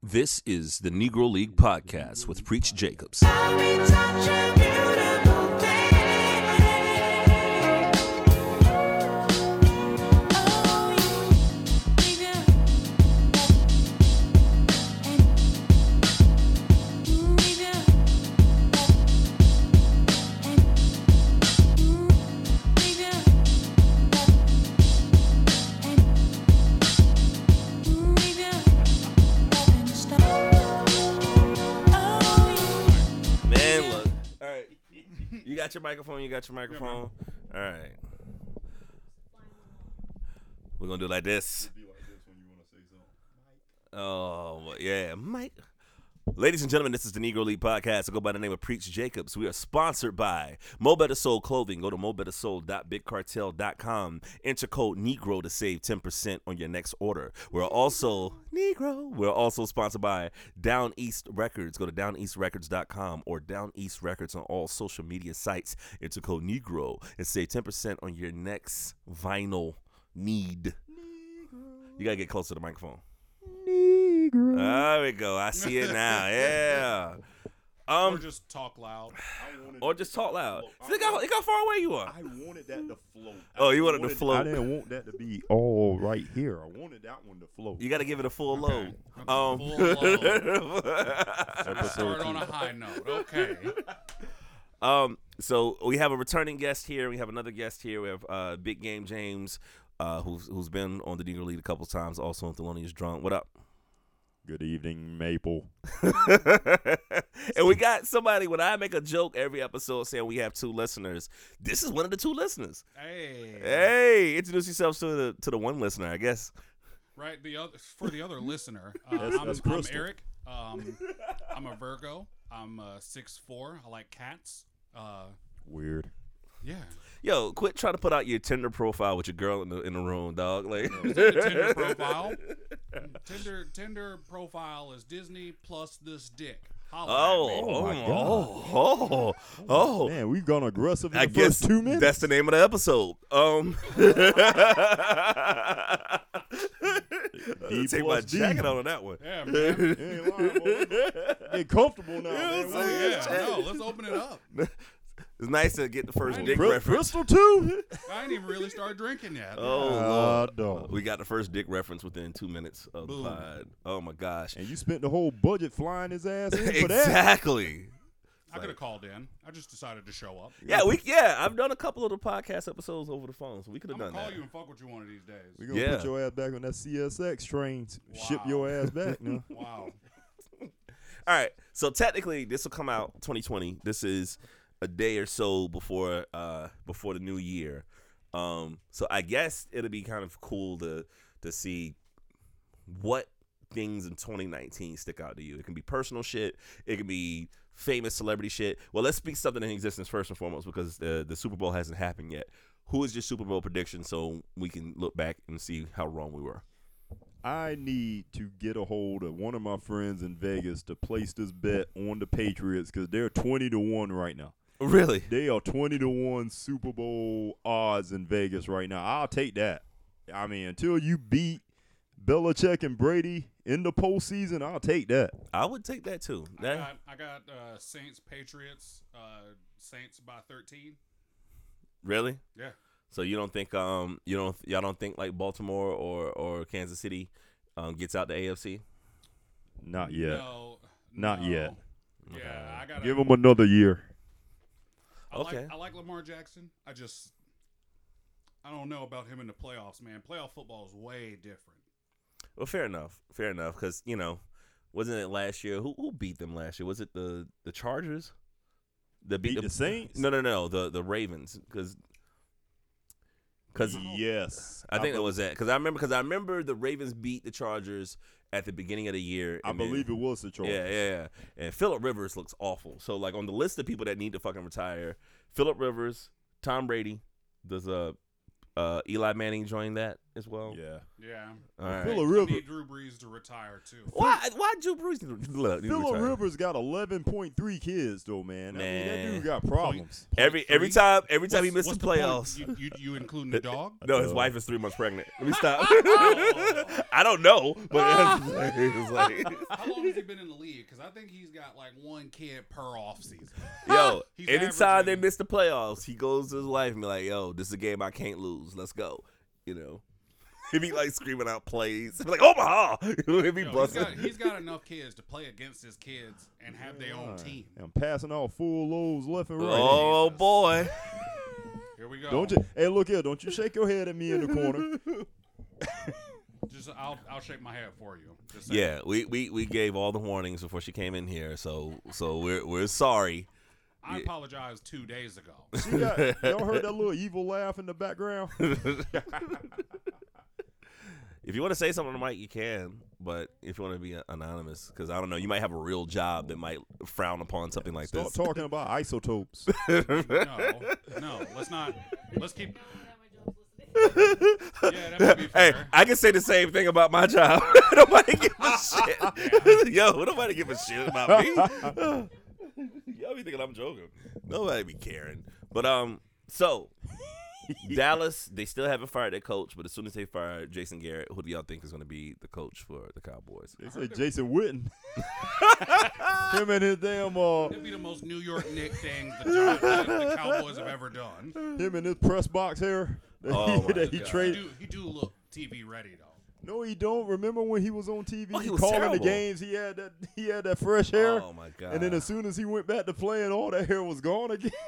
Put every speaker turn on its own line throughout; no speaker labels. This is the Negro League Podcast with Preach Jacobs.
I'll be such a beautiful day. Oh, you, baby, and baby, and baby, and baby, and stop. Oh, you.
Man, look. All right. You got your microphone. You got your microphone. All right. We're gonna do it like this. Oh well, yeah, Mike. Ladies and gentlemen, this is the Negro League Podcast. I go by the name of Preach Jacobs. We are sponsored by Mo Better Soul Clothing. Go to mobettersoul.bigcartel.com. Enter code Negro to save 10% on your next order. We're also Negro. We're also sponsored by Down East Records. Go to downeastrecords.com or Down East Records on all social media sites. Enter code Negro and save 10% on your next vinyl need. You gotta get closer to the microphone. There we go. I see it now. Yeah.
or
Um,
just talk loud.
I wanted
or
that
just
to
talk loud.
float.
Look how, look how far away you are.
I wanted that to float.
Oh,
I
you wanted to float.
I didn't want that to be all right here. I wanted that one to float.
You got to give it a full load. Um,
Full
Episode
Start
two.
on a high note. Okay.
um, so we have a returning guest here. We have another guest here. We have uh, Big Game James, uh, who's who's been on the Negro League a couple times, also on Thelonious Drunk. What up?
Good evening, Maple.
and we got somebody. When I make a joke every episode saying we have two listeners, this is one of the two listeners.
Hey.
Hey, introduce yourself to the to the one listener, I guess.
Right. The other for the other listener. Uh,
That's-
I'm,
that's
I'm
Crystal.
Eric. Um, I'm a Virgo. I'm uh, six four. I like cats. Uh,
Weird.
yeah.
Yo, quit trying to put out your Tinder profile with your girl in the in the room, dog. Like,
Oh,
Tinder profile. Tinder Tinder profile is Disney plus this dick. Holla at
oh,
me.
oh,
my
oh, oh, oh,
Man, we've gone aggressive in
I
the
guess
first two minutes.
that's the name of the episode. Um,
D
take my
plus D.
jacket out on that one.
Yeah, man.
Ain't lying, boy. Get comfortable now. man.
Yes,
Well,
sir.
Oh, Yeah, no, let's open it up.
It's nice to get the first
Right.
dick
Bri-
reference.
Bristol too.
I ain't even really started drinking yet.
Oh,
Ah,
Lord.
dog.
we got the first dick reference within two minutes of
Boom.
the pod. Oh my gosh!
And you spent the whole budget flying his ass in for that.
Exactly.
I could have called in. I just decided to show up.
Yeah, we yeah. I've done a couple of the podcast episodes over the phone, so we could
I'm
have
gonna
done
call
that.
you and fuck with you one of these days.
We're gonna
Yeah.
put your ass back on that CSX train. Ship
Wow.
your ass back now.
Wow.
All right. So technically, this will come out 2020. This is a day or so before uh before the new year. Um. So I guess it'll be kind of cool to to see what things in 2019 stick out to you. It can be personal shit. It can be famous celebrity shit. Well, let's speak something in existence first and foremost because the the Super Bowl hasn't happened yet. Who is your Super Bowl prediction so we can look back and see how wrong we were?
I need to get a hold of one of my friends in Vegas to place this bet on the Patriots because they're twenty to one right now.
Really?
They are twenty to one Super Bowl odds in Vegas right now. I'll take that. I mean, until you beat Belichick and Brady in the postseason, I'll take that.
I would take that too.
I
That-
got, I got uh, Saints Patriots uh, Saints by thirteen.
really?
Yeah.
So you don't think um you don't y'all don't think like Baltimore or or Kansas City um gets out the AFC?
Not yet.
No.
Not
no.
yet.
Yeah, I got.
Give them another year.
I like,
Okay.
I like Lamar Jackson. I just, I don't know about him in the playoffs, man. Playoff football is way different.
Well, fair enough, fair enough. Because you know, wasn't it last year? Who who beat them last year? Was it the the Chargers? The
Beat the Saints?
No, no, no. The the Ravens because because
Yes,
I think
be-
that was that because I remember because I remember the Ravens beat the Chargers at the beginning of the year.
I
and then-
believe it was the Chargers.
Yeah, yeah, yeah. And Philip Rivers looks awful. So like on the list of people that need to fucking retire, Philip Rivers, Tom Brady, does uh uh Eli Manning join that? as well?
Yeah.
Yeah.
All right.
Phillip
We
Rivers.
need Drew Brees to retire too.
Why? Why Drew Brees? Look,
Phillip
retire.
Rivers got 11.3 kids though, man. I mean,
Man.
that dude got problems.
Every
Three?
every time, every time he
What's-
missed the
what's
playoffs.
the point? You, Uh. you, you including the dog?
No, his wife is three months pregnant. Let me stop. I don't know, but it's like,
How long has he been in the league? Because I think he's got like one kid per offseason.
yo,
He's
anytime they
averaging-
miss the playoffs, he goes to his wife and be like, "Yo, this is a game I can't lose. Let's go." You know, he be like screaming out plays, He be like Omaha. he be
Yo, he's,
busting.
got, he's got enough kids to play against his kids and have their own team.
I'm passing out full loads left and right.
Oh boy,
Here we go.
Don't you? Hey, look here! Don't you shake your head at me in the corner.
Just I'll I'll shake my head for you. Just saying.
yeah. We, we we gave all the warnings before she came in here, so so we're we're sorry.
I apologized two days ago.
She got, y'all heard that little evil laugh in the background?
If you want to say something on the mic, you can. But if you want to be uh, anonymous, because I don't know, you might have a real job that might frown upon something like
Stop
this.
talking about isotopes.
No, no, let's not. Let's keep. Yeah, that might be
Hey,
fair.
I can say the same thing about my job. nobody give a shit. Yo, nobody give a shit about me. Y'all be thinking I'm joking. Nobody be caring. But um, so Dallas, they still haven't fired their coach. But as soon as they fire Jason Garrett, who do y'all think is going to be the coach for the Cowboys?
They said Jason Witten. Him and his damn uh,
It'd be the most New York Knicks thing the, Gi- the, the Cowboys have ever done.
him and his press box hair that
Oh,
he,
my
that he
God.
He
traded.
do, he do look TV ready though.
No, he don't. Remember when he was on TV
Oh, he was
calling the
terrible.
games? He had that he had that fresh hair.
Oh my god!
and then as soon as he went back to playing, all that hair was gone again.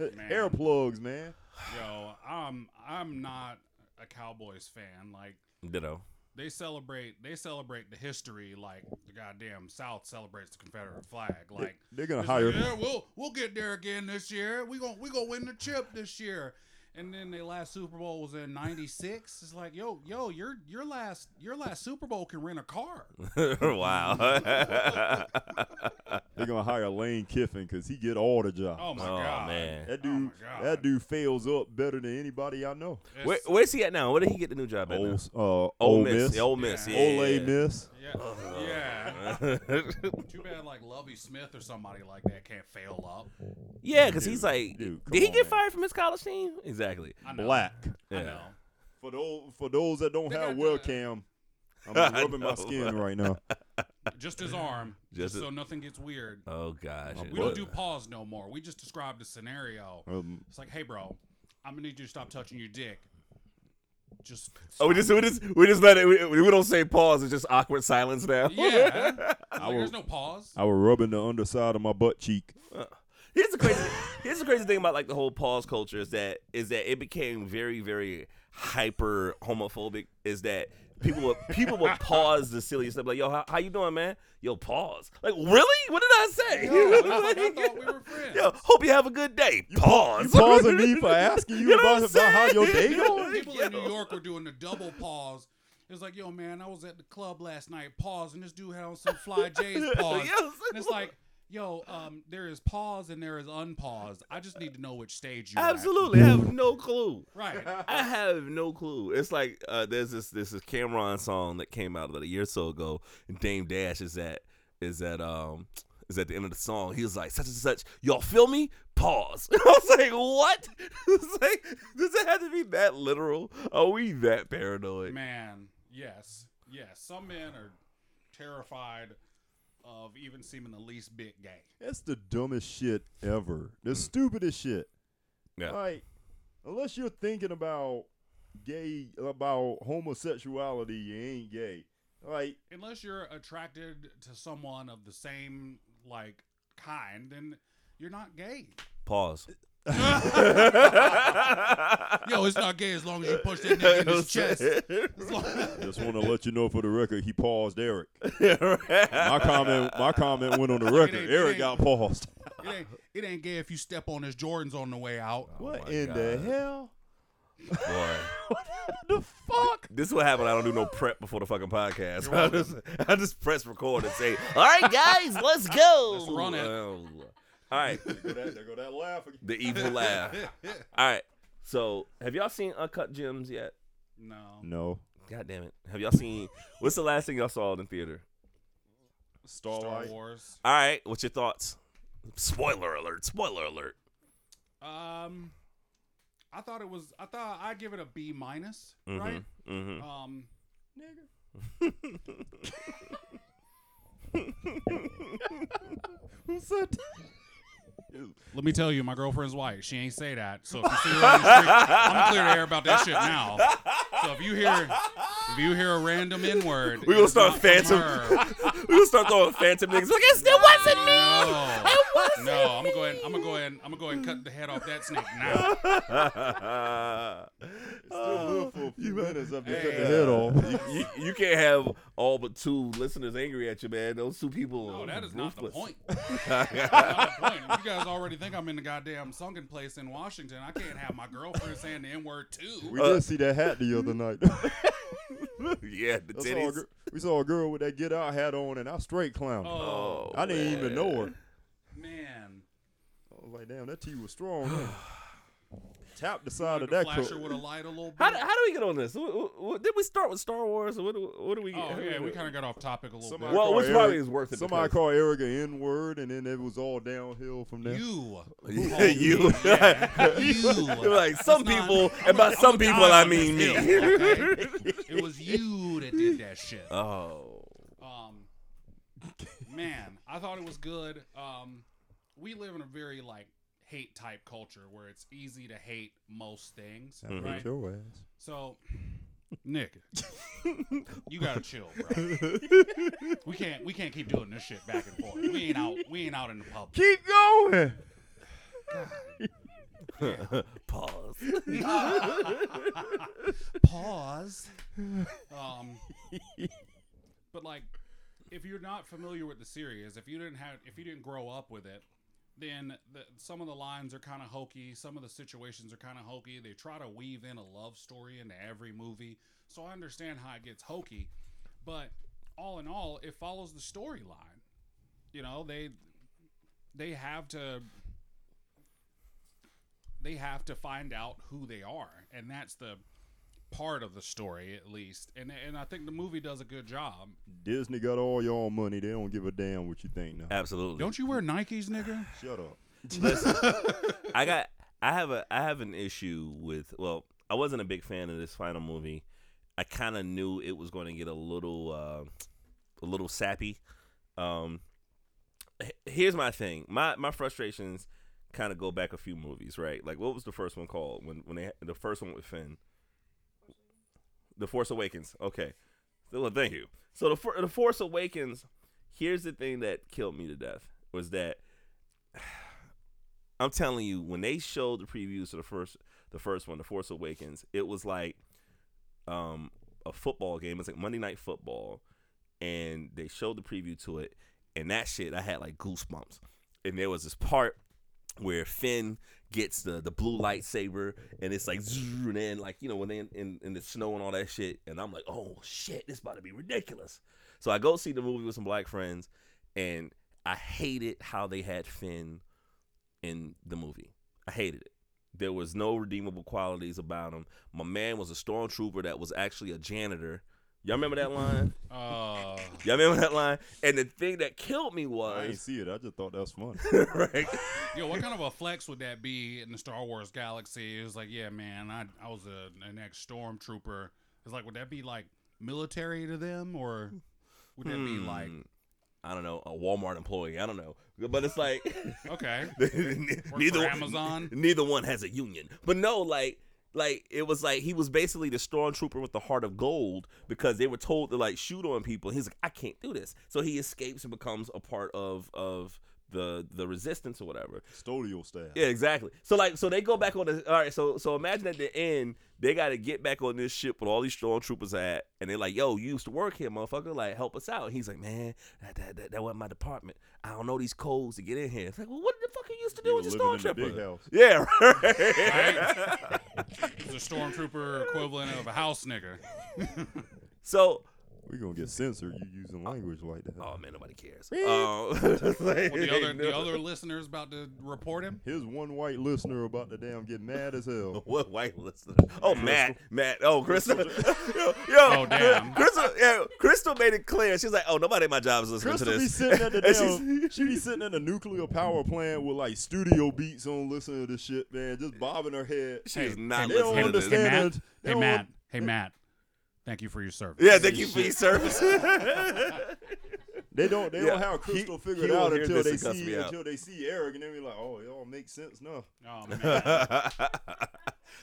Man.
hair plugs, man.
Yo, I'm I'm not a Cowboys fan. Like
ditto.
they celebrate they celebrate the history like the goddamn South celebrates the Confederate flag. Like
They're gonna
It's
hire.
like, yeah, we'll we'll get there again this year. We gon' we gonna win the chip this year. And then their last Super Bowl was in '96. It's like, yo, yo, your your last your last Super Bowl can rent a car.
wow.
They're gonna hire Lane Kiffin because he get all the jobs.
Oh my
Oh,
god,
man.
that
oh my
dude,
God.
that dude fails up better than anybody I know.
It's-
Where, where's he at now? Where did he get the new job at? now?
Ole, uh, Ole,
Ole
Miss,
Miss. Ole Miss. Yeah.
Yeah.
Ole Miss.
yeah, yeah. Too bad, like Lovey Smith or somebody like that can't fail up.
yeah, because he's
Dude,
like,
dude, come
did he
on,
get
man.
fired from his college team? Exactly.
I know.
Black.
I
Yeah.
know.
For those for those that don't
They
have
got, uh,
webcam, I'm
I
rubbing my
know.
skin right now.
Just his arm,
Just
just,
his-
so nothing gets weird.
Oh gosh.
My
we
what?
don't do pause no more. We just describe the scenario.
Um,
It's like, hey, bro, I'm gonna need you to stop touching your dick. Just
Oh, we just we just we just let it. We, we don't say pause. It's just awkward silence now.
Yeah. Like,
will-
there's no pause.
I was rubbing the underside of my butt cheek.
Here's the crazy. here's the crazy thing about like the whole pause culture is that is that it became very very hyper homophobic. Is that people would people would pause the silliest stuff like yo how, how you doing man yo pause like really what did I say
it's like, I thought we were friends.
yo hope you have a good day pause
You pausing me for asking you,
You know
about,
what
about
I'm
how your day
saying?
going?
People in New York were doing the double pause. It's like, yo, man, I was at the club last night, pause, and this dude had on some Fly J's pause.
Yes.
And it's like, yo, um, there is pause and there is unpause. I just need to know which stage you're at.
Absolutely, I have no clue.
Right.
I have no clue. It's like uh, there's this this is Cameron song that came out about a year or so ago, and Dame Dash is at is at um is at the end of the song. He was like such and such. Y'all feel me? Pause. I was like, what? It's like, does it have to be that literal? Are we that paranoid?
Man, yes. Yes. Some men are terrified of even seeming the least bit gay.
That's the dumbest shit ever. The stupidest shit.
Yeah.
Like, unless you're thinking about gay, about homosexuality, you ain't gay. Like,
unless you're attracted to someone of the same like kind, then you're not gay.
Pause.
Yo, it's not gay as long as you push that nigga in his chest. As long-
just want to let you know for the record, he paused Eric. My comment, my comment went on the record.
ain't- it
Eric
ain't-
got paused.
it, ain't, it ain't gay if you step on his Jordans on the way out.
What
my
in the
God.
hell?
Boy.
What the fuck?
This is what happened. I don't do no prep before the fucking podcast. I just, I just press record and say, "All right, guys, let's go."
Let's run it.
Oh. All right,
There go that, there go that laugh again.
the evil laugh. All right. So, have y'all seen Uncut Gems yet?
No.
No.
God damn it! Have y'all seen? what's the last thing y'all saw in the theater?
Star
Starlight.
Wars.
All right, what's your thoughts? Spoiler alert! Spoiler alert!
Um, I thought it was. I thought I give it a B minus,
Mm-hmm.
right?
Mm-hmm.
Um, let me tell you, my girlfriend's white. She ain't say that. So if you see her on the street, I'm clear to air about that shit now. So if you hear, if you hear a random N word,
We gonna start phantom. we gonna start throwing phantom niggas. Like it's it wasn't me.
No, no, I'm gonna go ahead. I'm gonna go ahead. I'm gonna go ahead and cut the head off that snake now.
Still good for a few minutes after you cut the
yeah.
head off.
you, you can't have all but two listeners angry at you, man. Those two people.
No,
are
Oh, that is not the
ruthless.
point. That's not the point. You guys already think I'm in the goddamn sunken place in Washington. I can't have my girlfriend saying the N word too.
We did see that hat the other night.
yeah, the
I saw a
titties.
gir- we saw a girl with that get out hat on, and I straight clown.
Oh
I didn't even know her.
man.
I was like, damn, that tea was strong. Man. Tap the side
Like
of
the
that
flasher
coat.
would have lied a little bit.
How, do- how do we get on this? Wh- wh- wh- Did we start with Star Wars? Or what, do- what do we?
oh yeah, we kind of got off topic a little
Somebody
bit.
Well,
called
which probably is worth it
Somebody
because-
called Eric an N word, and then it was all downhill from there.
You, Oh,
Yeah, you.
Yeah. you.
You're like some
That's not-
people,
I'm
and by
gonna- I'm
some
gonna
people
die
I
on
mean
this
me.
hill, okay? it was you that did that shit.
Oh,
Um, man, I thought it was good. Um, we live in a very like hate type culture where it's easy to hate most things,
I
right?
hate your ass.
So, Nick, you gotta chill, bro. We can't we can't keep doing this shit back and forth. We ain't out we ain't out in the public.
Keep going.
pause.
pause. Um, but like, if you're not familiar with the series, if you didn't have, if you didn't grow up with it, then the, some of the lines are kind of hokey. Some of the situations are kind of hokey. They try to weave in a love story into every movie, so I understand how it gets hokey. But all in all, it follows the storyline. You know, they they have to they have to find out who they are, and that's the part of the story at least and and i think the movie does a good job
Disney got all your own money. They don't give a damn what you think now.
Absolutely.
don't you wear nikes nigga
Shut up.
I got I have a I have an issue with well, I wasn't a big fan of this final movie. I kind of knew it was going to get a little uh, a little sappy. Um h- here's my thing. My my frustrations kind of go back a few movies, right? Like what was the first one called when when they had- the first one with Finn? The Force Awakens. Okay. So, well, thank you. So the For- the Force Awakens, here's the thing that killed me to death was that I'm telling you, when they showed the previews of the first the first one, The Force Awakens, it was like um a football game. It's like Monday night football. And they showed the preview to it. And that shit I had like goosebumps. And there was this part where Finn gets the the blue lightsaber and it's like zzz, and then like you know when they in, in, in the snow and all that shit and I'm like oh shit this about to be ridiculous so I go see the movie with some black friends and I hated how they had Finn in the movie. I hated it. There was no redeemable qualities about him. My man was a stormtrooper that was actually a janitor. Y'all remember that line?
uh
Y'all remember that line? And the thing that killed me
I ain't
was
see it. I just thought that was funny.
right.
yo what kind of a flex would that be in the star wars galaxy it was like yeah man i i was a, an ex stormtrooper it's like would that be like military to them or would that be like
Hmm. I don't know, a Walmart employee. I don't know, but it's like
okay
neither
Amazon?
Neither one has a union, but no, like. Like it was like he was basically the stormtrooper with the heart of gold because they were told to like shoot on people. He's like, I can't do this, so he escapes and becomes a part of of the the resistance or whatever.
Studio staff.
Yeah, exactly. So like, so they go back on the. All right, so so imagine at the end they got to get back on this ship with all these stormtroopers at, and they're like, "Yo, you used to work here, motherfucker. Like, help us out." And he's like, "Man, that that, that, that wasn't my department. I don't know these codes to get in here." It's like, well, what the fuck you used to do
You
with
were
your
living in the big
stormtrooper?
house.
Yeah,
right it's a stormtrooper equivalent of a house nigger
So
We're gonna get censored. You using language like that.
Oh man, nobody cares. Um, like,
Well, the other the other listeners about to report him.
Here's one white listener about to damn get mad as hell.
What white listener? Oh, Matt, Matt. Oh, Crystal. yo, yo,
Oh, damn.
Crystal, yeah, Crystal made it clear. She's like, oh, nobody at my job is listening
Crystal
to
be
this.
sitting at the
And
damn,
she's-
she be sitting in a nuclear power plant with like studio beats on, listening to this shit, man, just bobbing her head.
She is not
they don't
listening to this.
Hey Matt,
understand it.
hey
They
Matt,
don't-
hey Matt. Thank you for your service.
Yeah, thank you for your service.
They don't, they
Yeah,
don't have
he-
Crystal
he
figured
will
out
hear
until
this
they
and cuss
see
me out.
until they see Eric, and then be like, oh, it all makes sense now.
Oh, man.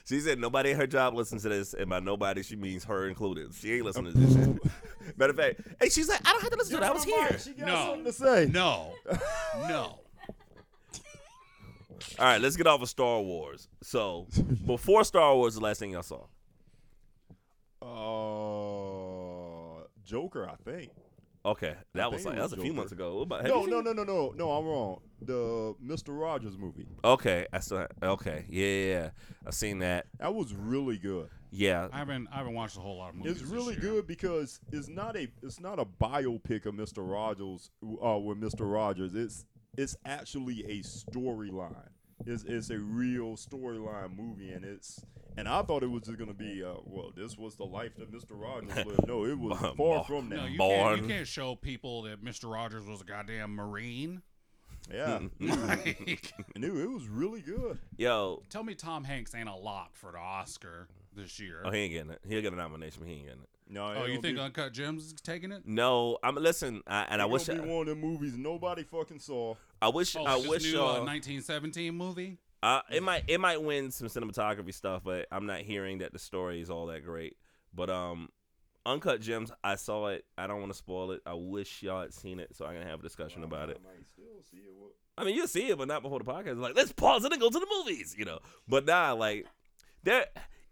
she said nobody at her job listens to this, and by nobody she means her included. She ain't listening to this shit. Matter of fact, hey, she's like, I don't have to listen to it. I was here.
She got
No.
something to say.
no, no.
All right, let's get off of Star Wars. So before Star Wars, the last thing y'all saw.
Uh, Joker, I think.
Okay, that was
think
like
it
that was
was
a few
Joker.
months ago. What about- have you
No,
seen
no,
it?
no, no, no, no. I'm wrong. The Mister Rogers movie.
Okay, I saw. Okay, yeah, yeah, yeah. I've seen that.
That was really good.
Yeah,
I haven't I haven't watched a whole lot of movies.
It's
this
really
year.
good because it's not a it's not a biopic of Mister Rogers uh, with Mister Rogers. It's it's actually a storyline. It's it's a real storyline movie, and it's and I thought it was just gonna be uh, well, this was the life that Mister Rogers lived. No, it was far from
No,
that.
you can't,
Barn.
you can't show people that Mr. Rogers was a goddamn Marine.
Yeah,
Like,
and it, it was really good.
yo,
tell me Tom Hanks ain't a lot for the Oscar this year.
oh, he ain't getting it. He'll get a nomination, but he ain't getting it.
No,
oh,
it
you
don't
think
be,
Uncut Gems is taking it?
No, I'm listen, I, and I
it
wish,
don't be
I,
one of the movies nobody fucking saw.
I wish,
Oh,
I
this
wish,
new, uh,
y'all,
1917 movie.
uh, it might, it might win some cinematography stuff, but I'm not hearing that the story is all that great. But um, Uncut Gems, I saw it. I don't want to spoil it. I wish y'all had seen it so I can have a discussion about it.
I might still see it. What-
I mean, you'll see it, but not before the podcast. Like, let's pause it and go to the movies, you know. But nah, like there,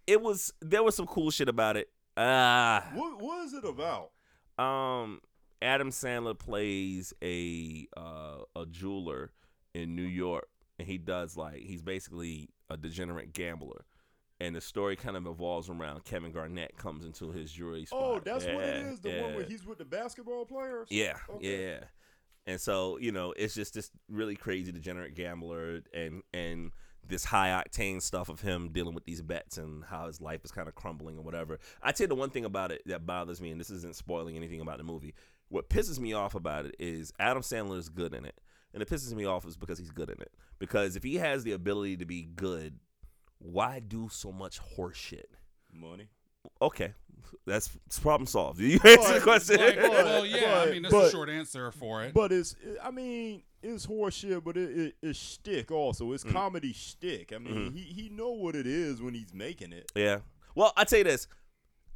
it was there was some cool shit about it. Ah,
What what is it about?
um, Adam Sandler plays a uh, a jeweler in New York, and he does like he's basically a degenerate gambler. And the story kind of evolves around Kevin Garnett comes into his jewelry spot.
Oh, that's what it
Yeah,
is. The one where
yeah.
he's with the basketball players.
Yeah,
Okay.
yeah. And so you know, it's just this really crazy degenerate gambler, and and this high octane stuff of him dealing with these bets and how his life is kind of crumbling or whatever. I tell you the one thing about it that bothers me, and this isn't spoiling anything about the movie. What pisses me off about it is Adam Sandler is good in it, and it pisses me off is because he's good in it. Because if he has the ability to be good, why do so much horse shit?
Money.
Okay, that's problem solved. You answer the
But-
question.
Like, well, yeah, I
but-
mean, that's the
but-
short answer for it.
But it's, I mean, it's horseshit, but it, it, it's shtick also.
Mm.
It's comedy shtick. I mean,
Mm-hmm.
he, he know what it is when he's making it.
Yeah. Well, I tell you this,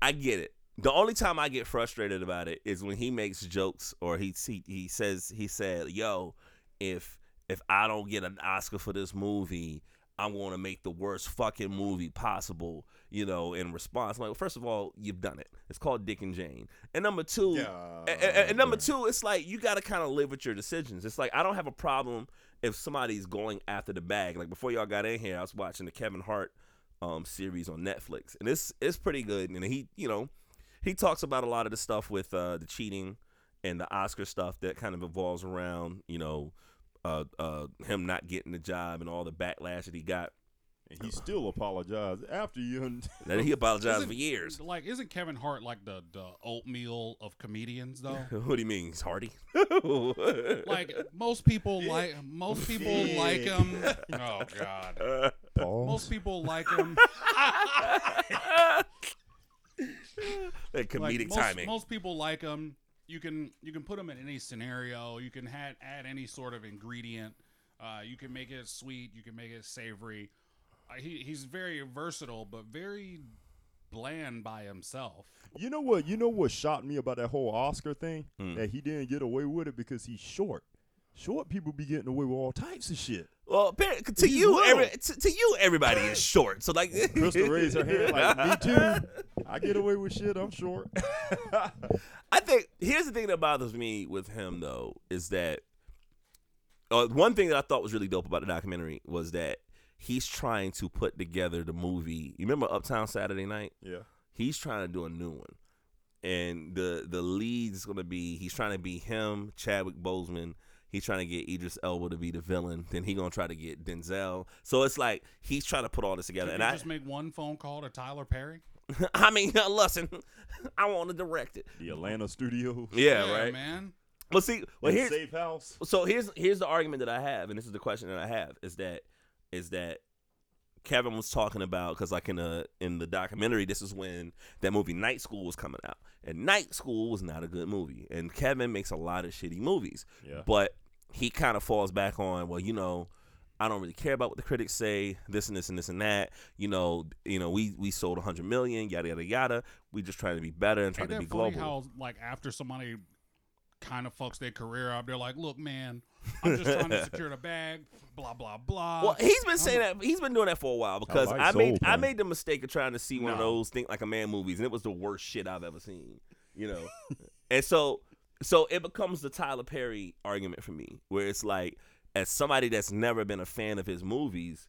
I get it. The only time I get frustrated about it is when he makes jokes or he he, he says he said, "Yo, if if I don't get an Oscar for this movie, I'm going to make the worst fucking movie possible." You know, in response, I'm like, well, first of all, you've done it. It's called Dick and Jane. And number two,
Yeah.
and, and- and number two, it's like you got to kind of live with your decisions. It's like I don't have a problem if somebody's going after the bag. Like before y'all got in here, I was watching the Kevin Hart um, series on Netflix, and it's it's pretty good. And he, you know, he talks about a lot of the stuff with uh, the cheating and the Oscar stuff that kind of evolves around, you know, uh, uh, him not getting the job and all the backlash that he got.
And he still apologized after you.
That he apologized
Isn't-
for years.
Like, isn't Kevin Hart like the the oatmeal of comedians though?
What do you mean, he's Hardy?
like most people like most people
Yeah.
like him. Oh God. Most people like him.
that
like,
comedic
most,
timing.
Most people like them. You can you can put them in any scenario. You can ha- add any sort of ingredient. Uh, you can make it sweet. You can make it savory. Uh, he, he's very versatile, but very bland by himself.
You know what? You know what shocked me about that whole Oscar thing?
Hmm.
That he didn't get away with it because he's short. Short people be getting away with all types of shit.
Well, apparent- to
He's
you,
little.
every, to, to you, everybody is short. So like,
Crystal raised her hand like, me too. I get away with shit. I'm short.
I think here's the thing that bothers me with him though is that uh, one thing that I thought was really dope about the documentary was that he's trying to put together the movie. You remember Uptown Saturday Night?
yeah.
He's trying to do a new one. and the the lead is gonna be he's trying to be him, Chadwick Boseman. He's trying to get Idris Elba to be the villain. Then he gonna try to get Denzel. So it's like he's trying to put all this together.
Could
And
you
I,
just made one phone call to Tyler Perry.
I mean, listen, I want to direct it.
The Atlanta studio.
Yeah, right.
man.
Well, see, well here's
safe house.
so here's here's the argument that I have, and this is the question that I have is that is that Kevin was talking about because like in the in the documentary, this is when that movie Night School was coming out, and Night School was not a good movie, and Kevin makes a lot of shitty movies,
Yeah.
but he kind of falls back on well, you know. I don't really care about what the critics say, this and this and this and that. You know, you know, we we sold 100 million, yada yada yada. We just trying to be better and trying
Ain't
to
that
be
funny
global.
how like after somebody kind of fucks their career up, they're like, "Look, man, I'm just trying to secure the bag." Blah blah blah.
Well, he's been saying that he's been doing that for a while because
like
I made
Soul
I
Plane.
made the mistake of trying to see one of
No.
those think like a man movies and it was the worst shit I've ever seen, you know. and so so it becomes the Tyler Perry argument for me where it's like as somebody that's never been a fan of his movies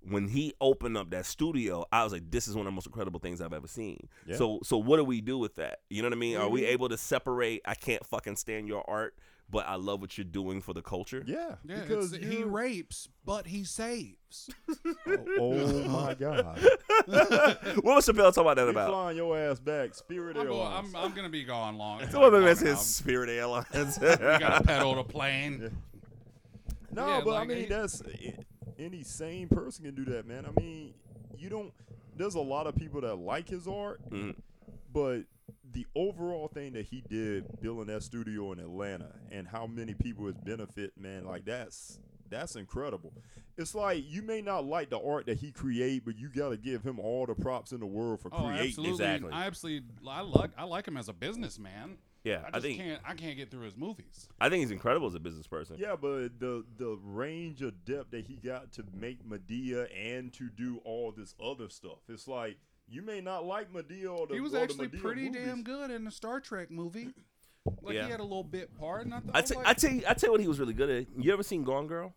when he opened up that studio, I was like, "This is one of the most incredible things I've ever seen."
Yeah. Mm-hmm.
So, so what do we do with that? You know what I mean? Are we able to separate? I can't fucking stand your art, but I love what you're doing for the culture.
Yeah,
Yeah, it's-
because
he
you're-
rapes, but he saves.
oh my god,
What was Chappelle talking about that
we
about?
flying your ass back, Spirit
I'm, go-
Airlines.
I'm, I'm gonna be gone long.
The woman that's
I'm-
his Spirit Airlines.
We gotta pedal the plane.
No,
Yeah,
but
like,
I mean
it-
that's i any sane person can do that, man. I mean, you don't. There's a lot of people that like his art,
Mm-hmm.
Mhm.
but the overall thing that he did building that studio in Atlanta and how many people it's benefit, man, like that's that's incredible. It's like you may not like the art that he create, but you gotta give him all the props in the world for
Oh,
creating.
absolutely.
exactly.
I absolutely. I like. I like him as a businessman.
Yeah,
I
I
just
think-
can't. I can't get through his movies.
I think he's incredible as a business person.
Yeah, but the the range of depth that he got to make Medea and to do all this other stuff, it's like you may not like Medea or the
he was
or the
actually
Madea
pretty
movies.
damn good in the Star Trek movie. Like
Yeah.
he had a little bit part. And I, th-
I
was
tell
like,
I tell you, I tell you what he was really good at. You ever seen Gone Girl?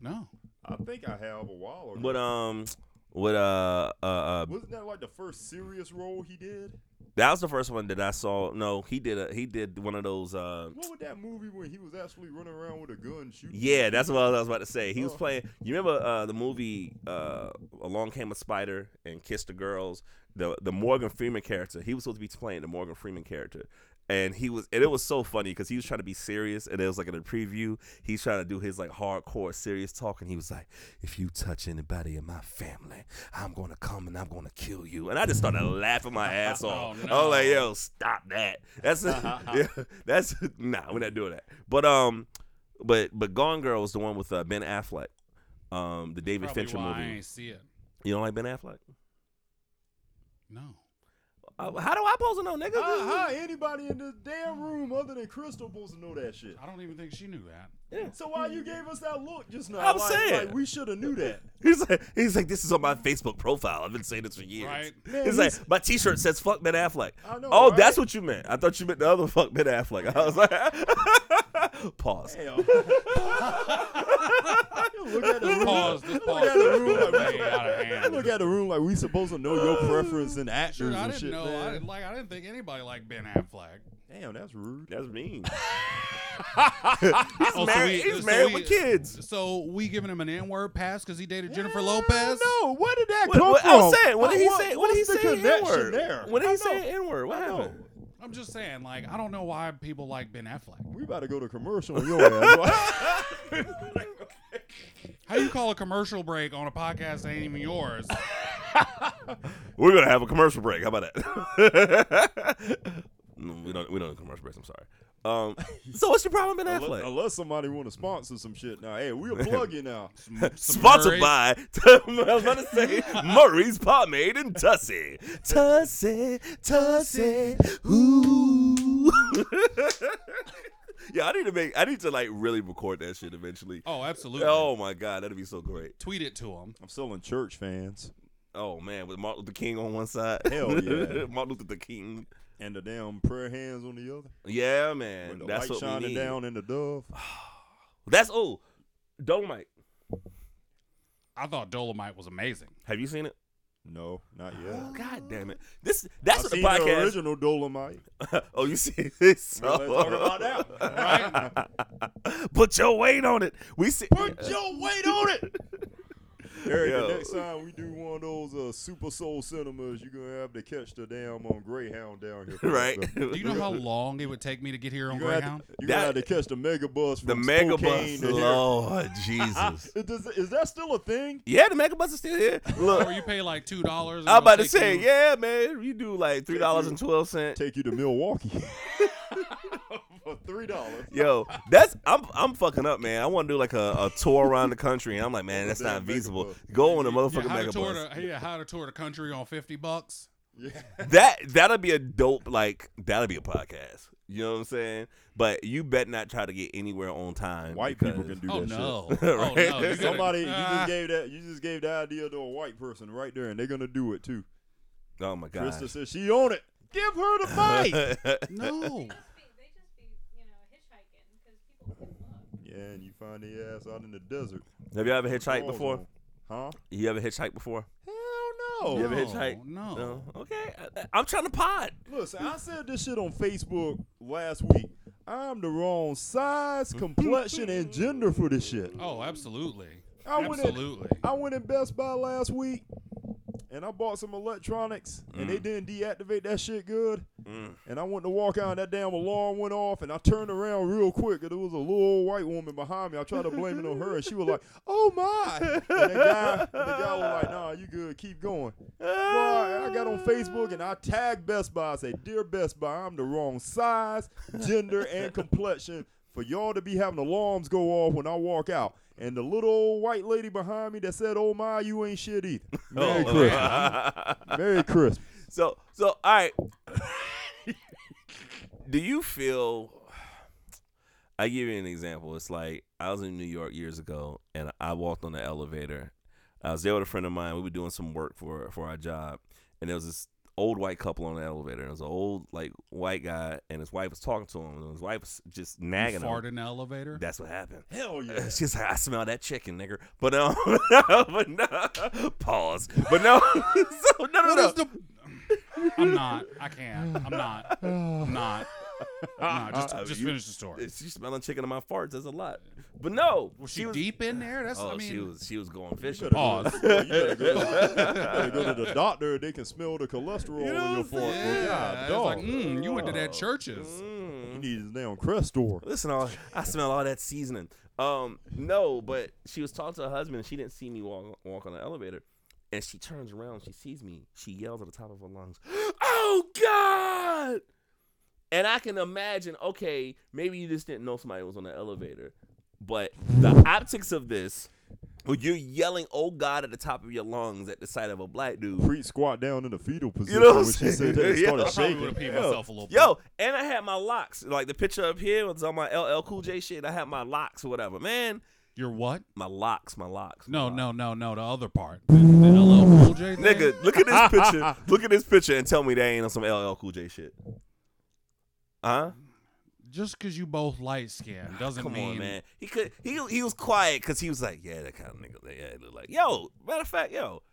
no.
I think I have a while ago.
But um, with uh uh, uh
wasn't that like the first serious role he did?
that was the first one that I saw. No, he did a he did one of those uh.
What was that movie when he was actually running around with a gun shooting?
Yeah, that's what I was about to say. He was
Oh.
playing. You remember uh, the movie uh, "Along Came a Spider" and "Kiss the Girls"? The the Morgan Freeman character. He was supposed to be playing the Morgan Freeman character, and he was. And it was so funny because he was trying to be serious, and it was like in a preview. He's trying to do his like hardcore serious talk, and he was like, "If you touch anybody in my family, I'm gonna come and I'm gonna kill you." And I just started laughing my ass off.
Oh,
I was like,
no.
"Yo, stop that! That's yeah, that's nah, we're not doing that." But um but but Gone Girl is the one with uh, Ben Affleck, um, the David
Probably
Fincher
why I
movie.
ain't see it.
You don't like Ben Affleck?
No.
Uh, how do I pose to know, nigga?
Uh,
How, how anybody in this damn room other than Crystal supposed to know that shit?
I don't even think she knew that.
So why you gave us that look just now?
I'm
like,
saying.
like, we should have knew that.
He's like, he's like, this is on my Facebook profile. I've been saying this for years.
Right.
Man,
He's like,
he's-
my T-shirt says "fuck Ben Affleck."
I know,
oh,
right?
that's what you meant. I thought you meant the other "fuck Ben Affleck." I was like, pause.
Damn. You look at the room.
Pause. This
Look
pause.
at the room
is
like
way out of
we,
hand.
look at the room like we supposed to know your preference and actors
Dude, I
and
didn't
shit.
know. I
man.
didn't, like. I didn't think anybody liked Ben Affleck.
Damn, that's rude.
That's mean.
Oh, so
married-
we-
he's
so
married
we-
with kids.
So we giving him an N word pass because he dated Jennifer
Hell
Lopez?
No, where did that
What,
come
what,
from?
I'm saying, what did he
Like,
say? What did he
what's the
say?
connection
N-word?
there?
What did
I
he
know.
say? N-word. What
I know.
happened?
I'm just saying. Like, I don't know why people like Ben Affleck.
We about to go to commercial on your ass.
How you call a commercial break on a podcast that ain't even yours?
We're gonna have a commercial break. How about that? No, we don't. We don't have commercial breaks. I'm sorry. Um, so what's your problem, Ben
unless,
Affleck?
unless somebody want to sponsor some shit now. Hey, we'll plug you now.
Sponsored
Murray's.
by I was about to say Murray's Pomade and Tussie. Tussie, Tussie, ooh. yeah, I need to make. I need to like really record that shit eventually.
Oh, absolutely.
Oh my god, that'd be so great.
Tweet it to him.
I'm selling church fans
Oh man, with Martin Luther King on one side,
Hell yeah.
Martin Luther the King.
and the damn prayer hands on the other.
Yeah, man,
With the
that's
light
what we
shining
need.
down in the dove.
That's oh, Dolomite.
I thought Dolomite was amazing.
Have you seen it? Oh,
No, not yet.
God damn it! This that's
I've
what the
seen
podcast.
the original Dolomite.
oh, you see this?
Well, let's talk about that. one.
Right?
Put your weight on it. We see.
Put your weight on it. Eric,
Yo.
the next time we do one of those uh, Super Soul cinemas, you're gonna have to catch the damn on Greyhound down here,
right.
Do you know how long it would take me to get here on
You're gonna, have
Greyhound?
to, you're gonna
That-
have to catch the mega bus. From
the mega bus?
Spokane to here.
Lord
Ah,
Jesus.
is, this- is that still a thing?
yeah, the mega bus is still here. Look,
Or you pay like two dollars.
I'm about to say, yeah, man. You do like three dollars and twelve cent.
Take you to Milwaukee for three dollars.
Yo, that's I'm I'm fucking up, man. I want to do like a, a tour around the country, and I'm like, man, that's
Damn
not
mega
feasible.
bus.
Go on the
Yeah,
motherfucking
how, to
mega
tour
bus.
the, yeah, how to tour the country on fifty bucks?
Yeah.
That that'll be a dope like that'll be a podcast. You know what I'm saying? But you bet not try to get anywhere on time.
White
because-
people can do
Oh
that
no!
shit.
Oh
Right?
no! You gotta-
Somebody, you
Ah.
just gave that. You just gave the idea to a white person right there, and they're gonna do it too.
Oh my god.
Krista says she on it. Give her the mic.
no.
They just be, you know, hitchhiking because people can look.
yeah, and you find their ass out in the desert.
Have you ever hitchhiked
Balls
before?
on. Huh?
You ever hitchhiked before?
Hell no.
You ever
No,
hitchhike?
no.
Okay. I, am trying to pod.
Listen, I said this shit on Facebook last week. I'm the wrong size, complexion, and gender for this shit.
Oh, absolutely.
I went in-
absolutely.
I went in Best Buy last week and I bought some electronics and they
Mm.
didn't deactivate that shit good. And I went to walk out and that damn alarm went off and I turned around real quick and there was a little old white woman behind me. I tried to blame it on her and she was like, oh my. And the guy, the guy was like, nah, you good. Keep going. Boy, I got on Facebook and I tagged Best Buy. I said, Dear Best Buy, I'm the wrong size, gender, and complexion for y'all to be having alarms go off when I walk out. And the little old white lady behind me that said, Oh my, you ain't shit either.
Oh,
Merry Christmas. Merry Christmas.
so so all right. do you feel? I give you an example. It's like I was in New York years ago, and I walked on the elevator. I was there with a friend of mine. We were doing some work for for our job, and there was this old white couple on the elevator. It was an old like white guy, and his wife was talking to him, and his wife was just
You
nagging
fart
him.
in the elevator.
That's what happened.
Hell yeah.
It's just like I smell that chicken, nigga. But um, but no, pause. But no, so, no, no,
What
no.
is the- I'm not. I can't. I'm not. I'm not. I'm not. Just,
Uh,
just
you-
finish the story.
If you smelling chicken in my farts, that's a lot. But no,
Was she, deep in there? That's.
Oh,
I mean, oh,
she was she was going fishing.
pause.
Boy, you better go, you better go to the doctor. They can smell the cholesterol
know
in your
what I'm
fart.
saying?
Yeah,
yeah, it's like, mm, you went to that churches. Mm.
You need his damn Crestor.
Mm. Listen, all I smell all that seasoning. Um, no, but she was talking to her husband. and She didn't see me walk walk on the elevator, and she turns around. She sees me. She yells at the top of her lungs, "Oh God!" And I can imagine. Okay, maybe you just didn't know somebody was on the elevator, but the optics of this, when you're yelling "Oh God" at the top of your lungs at the sight of a black dude,
Preet squat down in the fetal position
know what I'm
when she
saying?
said that and
Yeah.
started
I probably would
shaking.
have peed myself a little bit.
Yo, and I had my locks. Like the picture up here was on my LL Cool J shit. I had my locks or whatever. Man,
Your what?
my locks, my locks. my
No,
locks.
no, no, no. The other part. The, the LL Cool J thing?
Nigga, look at this picture. look at this picture and tell me that ain't on some LL Cool J shit. Huh?
Just because you both light skinned doesn't
Come
mean.
on, man. He could. He he was quiet because he was like, yeah, that kind of nigga. that- Yeah, it look like. Yo, matter of fact, yo,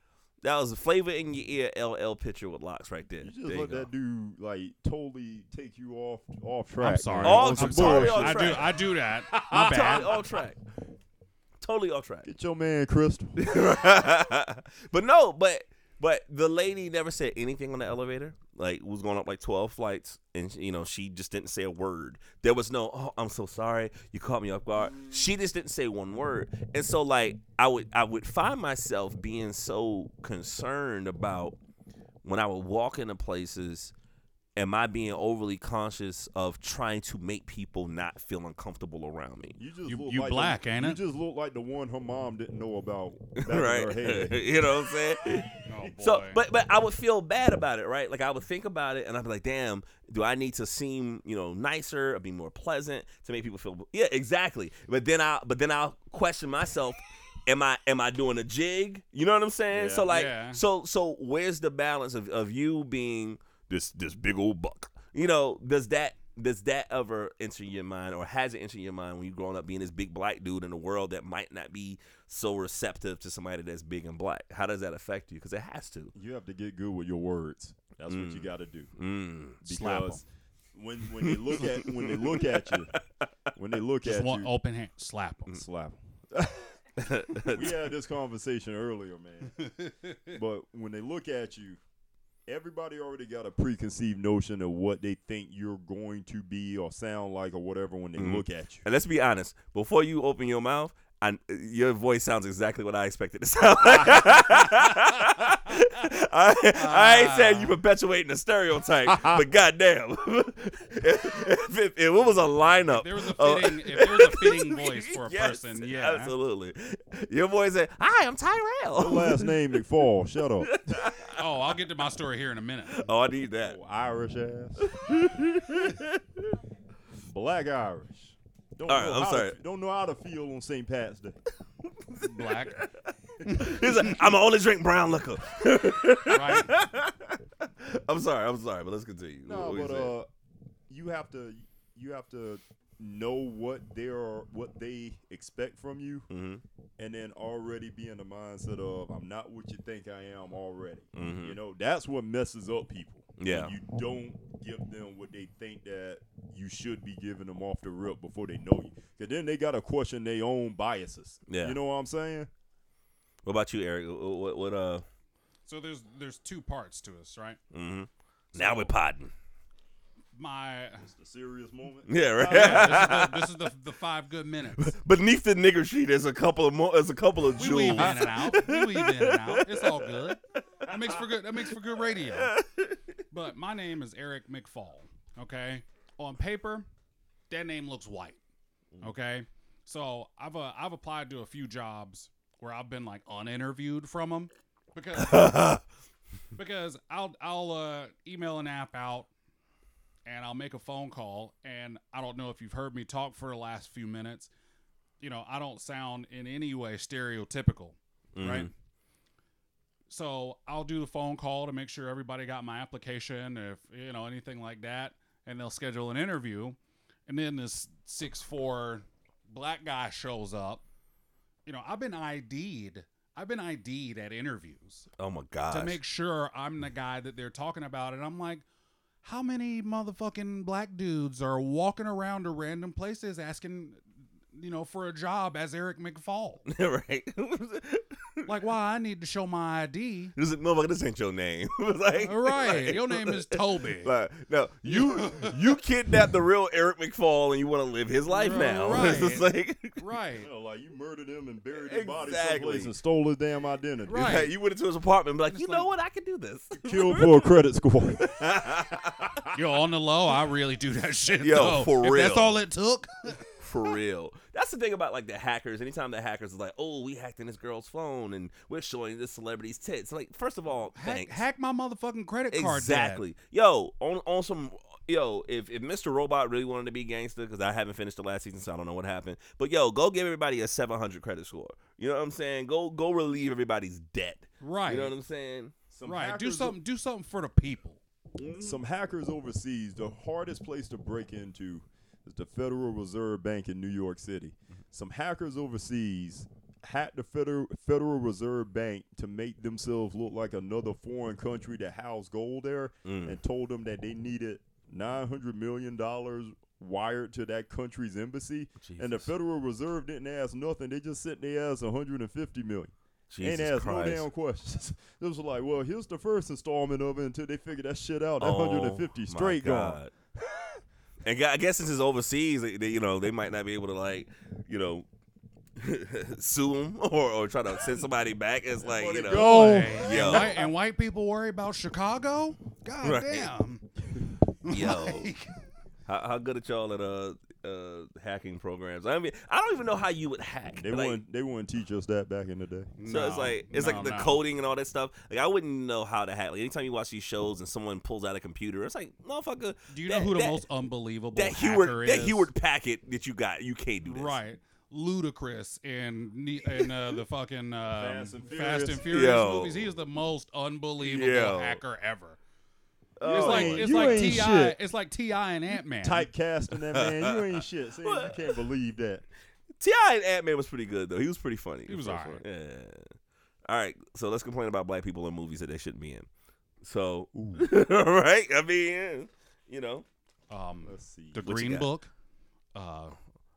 that was a flavor in your ear LL picture with locks right there.
You just
There you
let
go.
that dude like totally take you off off track.
I'm sorry. Oh,
man. On
Off-
some
I'm sorry.
bullshit.
I do.
track.
I do that. My bad.
Totally off track. Totally off track.
Get your man, Crystal.
but no, but but the lady never said anything on the elevator. Like was going up like twelve flights, and you know she just didn't say a word. There was no, oh, I'm so sorry, you caught me off guard. She just didn't say one word, and so like I would I would find myself being so concerned about when I would walk into places. Am I being overly conscious of trying to make people not feel uncomfortable around me?
You just
You-
look
you
like
black,
the,
ain't
you
it?
just look like the one her mom didn't know about back in her
Right?
head.
you know what I'm saying?
Oh, boy.
So, but but I would feel bad about it, right? Like I would think about it, and I'd be like, "Damn, do I need to seem you know nicer or be more pleasant to make people feel?" Yeah, exactly. But then I but then I'll question myself: Am I am I doing a jig? You know what I'm saying?
Yeah.
So like
Yeah.
so so where's the balance of of you being this this big old buck? You know, does that does that ever enter your mind, or has it entered your mind when you growing up being this big black dude in a world that might not be so receptive to somebody that's big and black? How does that affect you? Because it has to.
You have to get good with your words. That's what you
Mm.
got to do.
Mm.
Slap 'em.
Because when when they look at when they look at you, when they look
Just
at
one
you,
open hand, slap him.
slap 'em. we had this conversation earlier, man. but when they look at you, everybody already got a preconceived notion of what they think you're going to be or sound like or whatever when they
Mhm.
look at you.
And let's be honest. Before you open your mouth, I, your voice sounds exactly what I expected to sound like. I, I
Ah.
ain't saying you perpetuating a stereotype, but goddamn, if, if, if it was a lineup,
There was a
uh,
fitting, if there was a fitting voice for a
yes,
person, yeah.
absolutely. Your voice said, "Hi, I'm
Your
Tyrell."
last name McFall. Shut up,
Oh, I'll get to my story here in a minute.
Oh, I need that.
Irish ass. Black Irish. Don't
All right,
know
I'm
how
sorry.
To, don't know how to feel on St. Pat's Day.
Black,
He's like, "I'm only drink brown liquor."
right?
I'm sorry, I'm sorry, but let's continue.
No,
What were you
but
saying?
uh, you have to you have to know what they are what they expect from you,
Mhm.
and then already be in the mindset of I'm not what you think I am already.
Mhm.
You know that's what messes up people. when
Yeah.
you don't give them what they think that you should be giving them off the rip before they know you, because then they gotta question their own biases.
Yeah.
you know what I'm saying?
what about you, Eric? What, what, what uh?
So there's there's two parts to us, right?
Now we're potting.
My
It's a serious moment.
Yeah, right.
Oh, yeah, this is, the, this is the, the five good minutes.
Beneath the nigger sheet, there's a couple of more. There's a couple of
We weave in
jewels.
and out. We weave in and out. It's all good. That makes for good. That makes for good radio. But my name is Eric McFall. Okay. On paper, that name looks white. Okay. So I've uh, I've applied to a few jobs where I've been like uninterviewed from them because because I'll I'll uh, email an app out and I'll make a phone call and I don't know if you've heard me talk for the last few minutes. You know, I don't sound in any way stereotypical, right? So I'll do the phone call to make sure everybody got my application, if you know anything like that, and they'll schedule an interview. And then this six four black guy shows up. You know, I've been ID'd. I've been ID'd at interviews
Oh my gosh.
to make sure I'm the guy that they're talking about. And I'm like, how many motherfucking black dudes are walking around to random places asking, you know, for a job as Eric McFall?
right.
like, why I need to show my ID?
this is, motherfucker, this ain't your name. like,
All right, your name is Toby.
Like, no, you you kidnapped the real Eric McFall, and you want to live his life now. It's just
Right.
like,
Right.
You know, like you murdered him and buried his body
Exactly.
someplace and stole his damn identity.
Right.
like, you went into his apartment, and be like, you
It's
know what,
like-
I can do this.
Killed for a credit score.
Yo, on the low, I really do that shit.
Yo,
though.
for
If That's
real.
all it took.
For real. That's the thing about like the hackers. Anytime the hackers is like, oh, we hacked in this girl's phone, and we're showing this celebrity's tits. Like, first of all,
Hack,
thanks.
hack my motherfucking credit card. Dad.
Exactly. Yo, on on some yo, if, if Mr. Robot really wanted to be gangster, because I haven't finished the last season, so I don't know what happened. But yo, go give everybody a seven hundred credit score. You know what I'm saying? Go go relieve everybody's debt.
Right.
You know what I'm saying?
Some
right. Do
hackers-
something. Do something for the people.
Some hackers overseas, the hardest place to break into is the Federal Reserve Bank in New York City. Some hackers overseas hacked the Federal Federal Reserve Bank to make themselves look like another foreign country that housed gold there and told them that they needed 900 million dollars wired to that country's embassy and the Federal Reserve didn't ask nothing. They just sent their ass 150 million.
Jesus
Ain't asked
Christ.
no damn questions. It was like, well, here's the first installment of it until they figure that shit out. That
Oh,
150
my
straight gone.
God. and gu- I guess since it's overseas, they, they, you know, they might not be able to like, you know, sue them or, or try to send somebody back. It's like, you know,
Go.
Hey,
Yo.
And, white, and white people worry about Chicago. God
Right.
damn.
yo.
Like,
How, how good at y'all at uh, uh hacking programs? I mean, I don't even know how you would hack.
They
like,
wouldn't. They wouldn't teach us that back in the day.
So it's
no,
like it's
no,
like the
no.
coding and all that stuff. Like I wouldn't know how to hack. Like anytime you watch these shows and someone pulls out a computer, it's like motherfucker.
Do you
that-
know who the
that-
most unbelievable
that
hacker
Heward
is?
that Heward packet that you got? You can't do this.
Right. Ludicrous and ne- and uh, the fucking um,
Fast and
Fast
Furious.
and Furious
Yo.
movies. He is the most unbelievable
Yo.
hacker ever. It's
Oh,
like
ain't-
it's
you
like
ain't
Ti.
shit.
It's like Ti and Ant Man.
Typecasting that man, you ain't shit. See, you can't believe that.
Ti and Ant Man was pretty good though. He was pretty funny.
He was
pretty
alright.
funny. Yeah. All right. So let's complain about black people in movies that they shouldn't be in. So, right? I mean, you know,
Um,
Let's see.
the
What you
Green
got?
Book. Uh,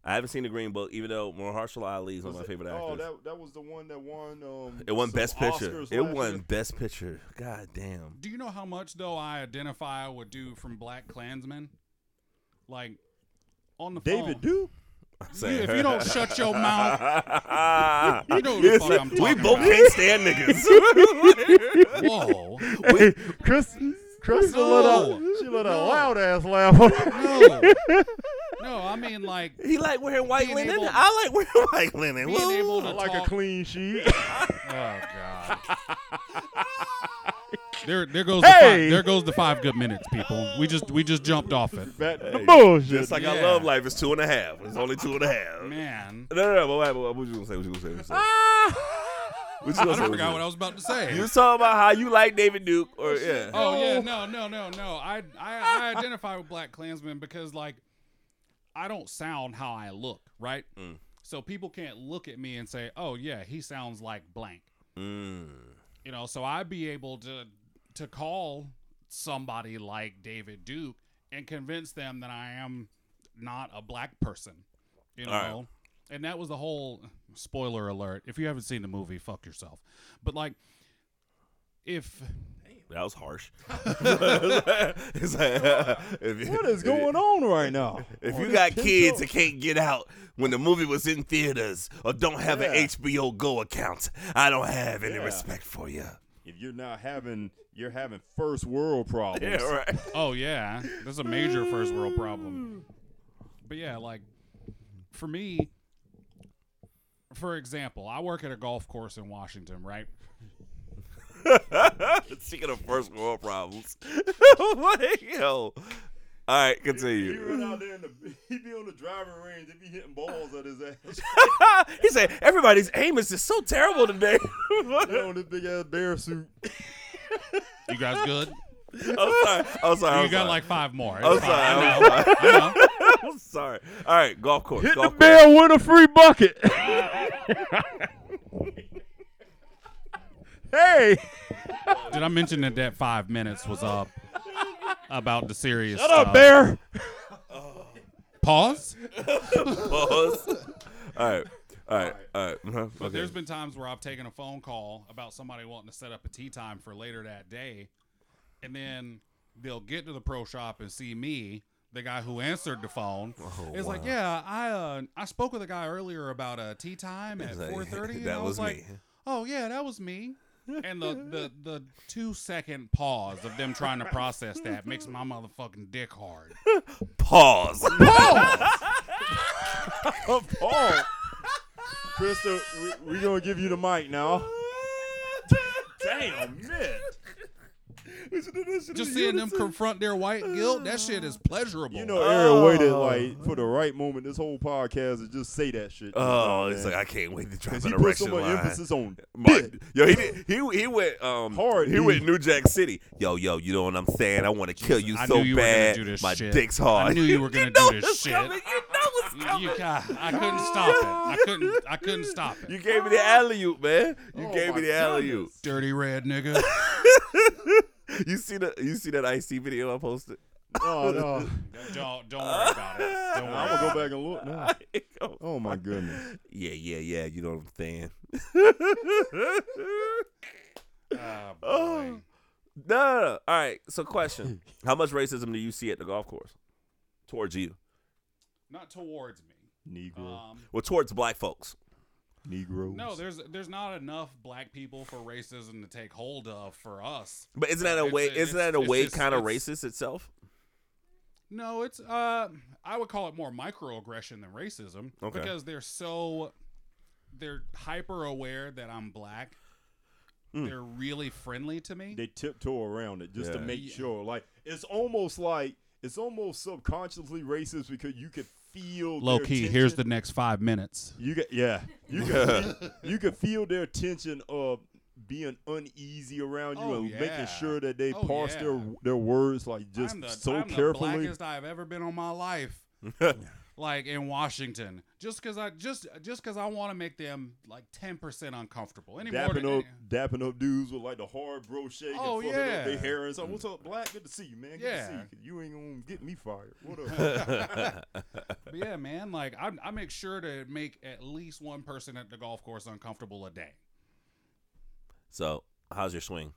I haven't seen The Green Book, even though Mahershala Ali is one of
Was
my
it-
favorite
Oh,
actors.
that, that was the one that won. Um,
it won
some
Best Picture.
Oscars
It
last
won
year.
Best Picture. God damn.
do you know how much though I identify with dude from Black Klansman? Like on the
David
Oh.
phone.
Duke.
Dude, if you don't shut your mouth,
you
You know what the fuck I'm
we
talking
both
about.
can't stand niggas.
whoa,
Hey, Chris, Chris
No.
let a, she let a
No.
loud ass laugh. on-
no, no, I mean like
he like wearing white
Being
linen.
able-
I like wearing white linen.
being
Woo.
able to
like a
talk.
clean sheet.
oh god. There, there goes the
Hey!
five, there goes the five good minutes, people. We just we just jumped off it,
Back to the
Hey,
bullshit.
Just like I
Yeah.
love life, it's two and a half. It's only two and a half.
man. Ah,
No, no, no. But wait, but what you gonna say? What you gonna say? What you gonna say? What you
I
gonna say?
done forgot what I was about to say.
You was talking about how you like David Duke, or yeah.
Oh yeah, no, no, no, no. I I, I identify with Black Klansmen because like I don't sound how I look, right?
Mm.
So people can't look at me and say, "Oh yeah, he sounds like blank."
Mm.
You know, so I'd be able to to call somebody like David Duke and convince them that I am not a black person. You know.
All right.
And that was the whole spoiler alert. If you haven't seen the movie, fuck yourself. But like if
That was harsh. It's like, if you-
What is going on right now?
If
On
you
this
got
Pinto?
kids that can't get out when the movie was in theaters or don't have
Yeah.
an HBO Go account, I don't have any
Yeah.
respect for you.
if you're not having, you're having first world problems.
right.
Oh yeah, that's a major first world problem. But yeah, like for me, for example, I work at a golf course in Washington, right?
Speaking of first world problems, Like, yo. All right,
He
continue.
run out there in the, he be on the driving range. He be hitting balls at his ass.
he said everybody's aim is just so terrible today.
He on this big ass bear suit.
You guys good?
I'm sorry. I'm sorry. I'm
you got
sorry.
like five more. It's
I'm
fine.
sorry.
I
I'm
know.
sorry.
I know.
I'm sorry. All right, golf course.
Hit the
golf
bear with a free bucket. hey,
Did I mention that that five minutes was up about the serious
shut up,
stuff?
bear.
Pause.
course. Pause. All right. All right. All right. Uh-huh.
But
Okay.
there's been times where I've taken a phone call about somebody wanting to set up a tea time for later that day, and then they'll get to the pro shop and see me, the guy who answered the phone.
Oh,
it's like, yeah, I uh, I spoke with a guy earlier about a tea time at
It's like,
4:30.
that
and I was,
was
like,
me.
oh yeah, that was me. And the, the, the two second pause of them trying to process that makes my motherfucking dick hard.
Pause. Oh,
Paul. Krista, we, we gonna give you the mic now. Damn, man.
Just seeing them confront their white guilt, that shit is pleasurable.
You know, Aaron waited
Oh.
like for the right moment. This whole podcast is just say that shit.
Oh,
man.
it's like I can't wait to drop
'Cause
an
he put so
erection
much
line.
emphasis on
My-
dick.
yo, he did, he he went um
Hard
He
D.
went New Jack City. Yo, yo, you know what I'm saying? I want to kill you
I
so
knew you were gonna
bad.
do this
My
shit.
dick's hard.
I knew you were gonna do
know
this
it's
shit.
Coming. You know it's
You-
coming.
you got- I couldn't stop it. I couldn't. I couldn't stop it.
You gave me the alley oop, man. You
Oh
gave
my
me the alley oop.
goodness.
dirty red nigga.
You see the you see that IC video I posted?
Oh no.
don't don't worry about it. Don't
I'm
worry.
gonna go back and look now. Oh my goodness.
yeah, yeah, yeah. You know what I'm saying?
Ah, boy.
No, no, no. All right. So, question: How much racism do you see at the golf course towards you?
Not towards me.
Negro.
Um,
Well, towards black folks.
Negroes.
no, there's there's not enough black people for racism to take hold of for us.
But isn't that a
It's-
way?
it's-
Isn't that a
it's
way
just-
kind of
it's-
racist itself?
No, it's uh, I would call it more microaggression than racism
Okay.
because they're so they're hyper aware that I'm black. They're really friendly to me.
they tiptoe around it just to
Yeah.
make
Yeah.
sure. Like it's almost like it's almost subconsciously racist because you could feel
Low
their
key. Here's the
tension.
next five minutes.
you get yeah you could you could feel their tension of being uneasy around you
Oh,
and
yeah.
making sure that they
Oh,
parse their
yeah.
their words like just
I'm the,
so
I'm the
carefully.
blackest I've ever been on my life. like in Washington, just because I just just because I want to make them like ten percent uncomfortable. Any more than
Dapping up,
any-
dapping up dudes with like the hard bro shake
Oh,
and fucking
yeah.
up their hair and stuff. What's up, black? Good to see you, man. Good to see
Yeah.
you. You ain't gonna get me fired. What up?
But yeah, man. Like I, I make sure to make at least one person at the golf course uncomfortable a day.
So, how's your swing?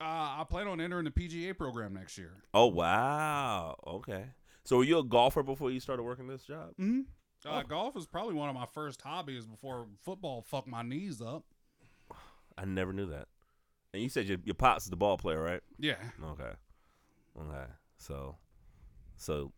Uh, I plan on entering the PGA program next year.
Oh wow. Okay. So, were you a golfer before you started working this job?
Mm-hmm. Uh,
Oh.
Golf is probably one of my first hobbies before football fucked my knees up.
I never knew that. And you said your your pops is the ball player, right?
Yeah.
Okay. Okay. So, so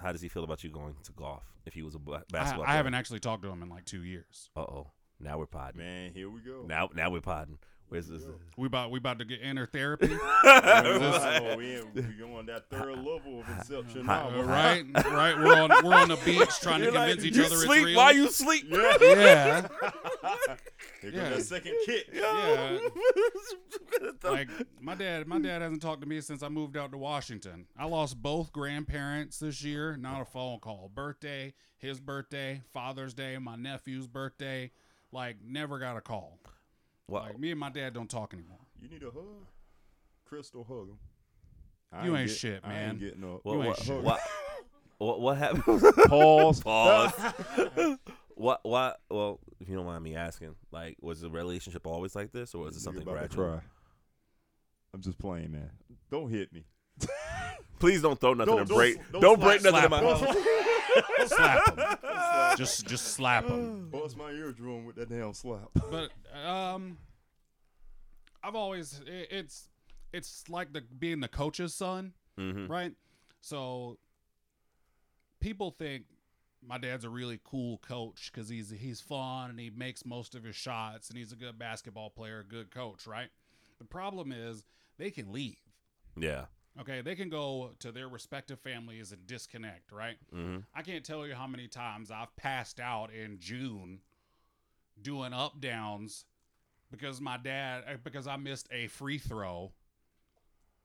how does he feel about you going to golf if he was a ba-
I,
basketball?
I haven't actually talked to him in like two years.
Uh oh. Now we're podding.
man, here we go.
Now now we're podding. Where's this?
We about we about to get enter therapy,
oh, we in- we going that third level of inception now,
Uh,
bro.
right? Right. We're on we're on the beach trying to
Oh, You're like,
convince each
you
other
sleep
it's real.
while you sleep.
Yeah,
yeah,
here
Yeah.
goes that second kick.
yeah. Like my dad, my dad hasn't talked to me since I moved out to Washington. I lost both grandparents this year. Not a phone call. Birthday, his birthday, Father's Day, my nephew's birthday. Like never got a call.
Wow.
Like me and my dad don't talk anymore.
You need a hug. Crystal hug him. I
You ain't
get-
shit,
I
man.
ain't getting up.
What,
You ain't
what,
shit.
what, what, what happened?
Pause.
Pause. what, what, well, if you don't mind me asking, like, was the relationship always like this or was it
Nigga
something
about to
gradual?
cry. I'm just playing, man. Don't hit me.
Please don't throw nothing
Don't-
and
don't
break.
sl-
Don't,
don't
break
slap-
nothing in my
slap
house.
Slap him. just just slap him.
Bust my eardrum with that damn slap.
But um, I've always i it's it's like the being the coach's son,
Mhm.
right? So people think my dad's a really cool coach because he's he's fun and he makes most of his shots and he's a good basketball player, a good coach, right? The problem is they can leave.
Yeah.
Okay, they can go to their respective families and disconnect, right?
Mhm.
I can't tell you how many times I've passed out in June doing up downs because my dad uh, because I missed a free throw,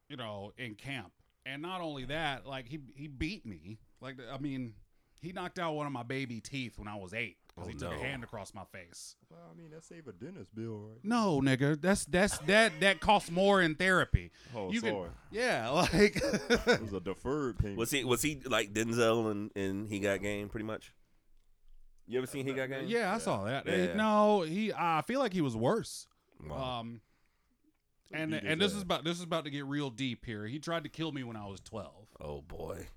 you know, in camp. And not only that, like he he beat me. Like I mean, he knocked out one of my baby teeth when I was 8 cuz
Oh,
he took
no.
a hand across my face.
Well, I mean, that's save a dentist bill, right?
No, nigga, that's that's that that costs more in therapy.
Oh,
You can-
sorry.
Yeah, like
It was a deferred payment.
Was he was he like Denzel and and he got game pretty much? You ever seen he got game?
Yeah, I saw that.
Yeah, Oh.
Uh,
yeah.
No, he. I feel like he was worse.
Wow.
Um, and
Beat his
and this
ass.
is about this is about to get real deep here. He tried to kill me when I was twelve.
oh boy,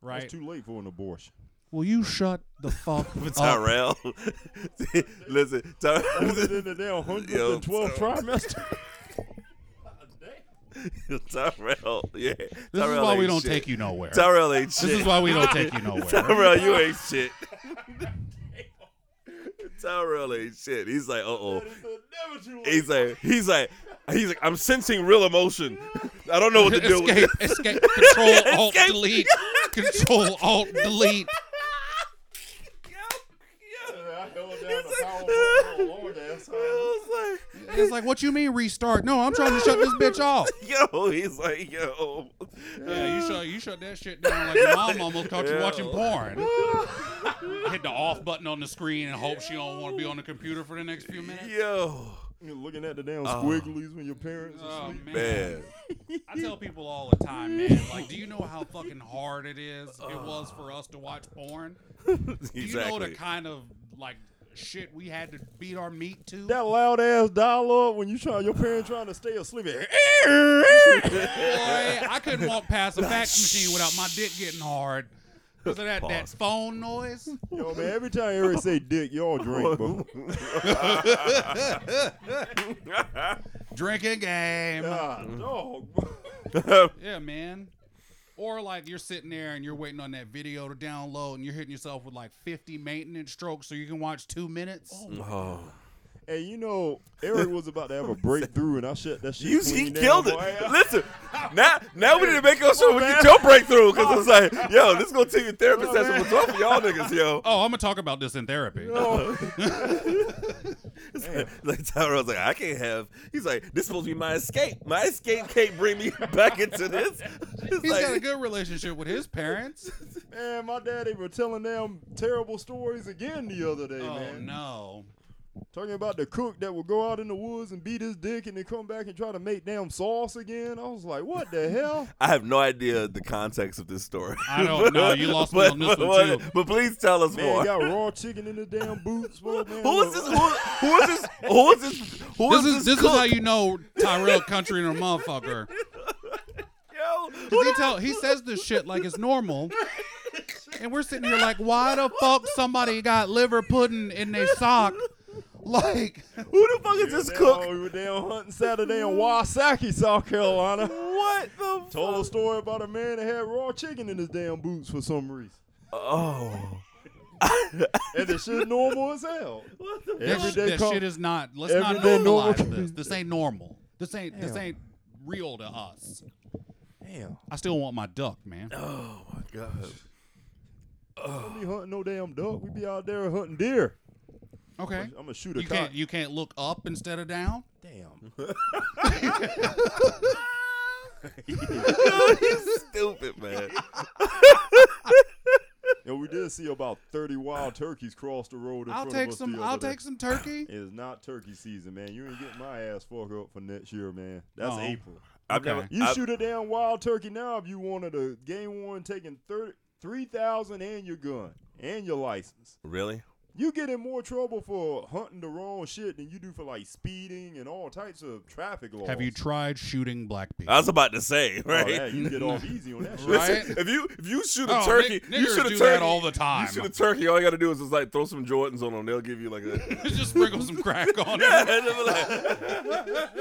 Right?
It's too late for an abortion.
Will you shut the fuck up?
Tyrell. Listen,
Older
Tyrell.
than the damn
Yo,
112 trimester.
Tyrell. Yeah.
This is why we don't take you nowhere.
Tyrell ain't shit.
This is why we don't take you nowhere.
Tyrell, you ain't shit. Tyrell ain't shit. He's like, uh oh. He's like, he's like, he's like, I'm sensing real emotion. I don't know what to do. with
escape,
this.
escape, control, alt,
Escape.
delete, control, alt, delete.
I held down the power button on Lord ass time.
I was like,
It's like, what you mean restart? No, I'm trying to shut this bitch off.
yo, he's like, yo.
Yeah, you shut you shut that shit down like your mom almost caught you watching porn. Hit the off button on the screen and hope she don't want to be on the computer for the next few minutes.
Yo,
You're looking at the
Oh.
damn squigglies when your parents are
Oh
asleep.
man.
man.
I tell people all the time, man. Like, do you know how fucking hard it is? It was for us to watch porn. Do you know the
Exactly.
kind of like shit we had to beat our meat to?
That loud ass dialogue when you try your parents trying to stay asleep.
Boy, I couldn't walk past a fax machine without my dick getting hard. Because of that, that
Pause.
phone noise.
Yo, man, every time Eric say dick, y'all drink, bro.
Drinking game.
God, Ah, dog.
Yeah, man. Or like you're sitting there and you're waiting on that video to download and you're hitting yourself with like 50 maintenance strokes so you can watch two minutes.
Oh,
Hey, you know, Eric was about to have a breakthrough, and I shut that shit.
You, he
clean down,
killed it.
boy.
Listen, now now we need to make our
Oh,
show we
man.
get your breakthrough because it's like, yo, this is gonna take your therapy session was off for y'all niggas, yo.
Oh, I'm gonna talk about this in therapy.
like Tyron's like, I can't have. He's like, this supposed to be my escape. My escape can't bring me back into this. It's
He's got a
like,
good relationship with his parents.
Man, my daddy was telling them terrible stories again the other day,
oh
man.
no.
Talking about the cook that would go out in the woods and beat his dick and then come back and try to make damn sauce again. I was like, what the hell?
I have no idea the context of this story.
I don't know. You lost me on this
but,
one, too.
but please tell us
Man,
more.
got raw chicken in the damn boots, boy, man.
Who is this? Who, who is this? Who is this? Who
This is this is
cook?
how you know Tyrell country and a motherfucker.
Yo, who
'Cause
the
He tell he says this shit like it's normal. And we're sitting here like, why the fuck somebody got liver pudding in their sock? Like,
Who the fuck is this
Oh,
cook?
we were down hunting Saturday in Wasaki, South Carolina.
What the? Fuck?
Told a story about a man that had raw chicken in his damn boots for some reason.
Oh,
And the shit normal as hell.
what the?
Every
that,
day
that
com-
shit is not. Let's not
everyday normal
normalize this. This ain't normal. This ain't this ain't real to us.
Damn.
I still want my duck, man.
Oh my god.
We be hunting no damn duck. We be out there hunting deer.
Okay.
I'm gonna shoot a
You
cock.
can't you can't look up instead of down.
Damn.
Yo, he's stupid, man.
And we did see about 30 wild turkeys cross the road in
I'll
front
take
of us
some.
the
I'll
other
take
day.
some turkey.
It is not turkey season, man. You ain't getting my ass fucked up for next year, man. That's
No.
April.
I've
Okay.
never.
You
I've-
shoot a damn wild turkey now if you wanted a game one taking 30 3,000 and your gun and your license.
Really?
You get in more trouble for hunting the wrong shit than you do for like speeding and all types of traffic laws.
Have you tried shooting black people?
I was about to say,
Oh,
right?
yeah, you get off easy on that shit.
Right?
Listen, if you if you shoot a
Oh,
turkey,
nig-
you
niggers
shoot a
do
turkey
that all the time.
You shoot a turkey. All you got to do is just like throw some Jordans on them. They'll give you like a.
Just sprinkle some crack on
Yeah,
it.
and they'll be like-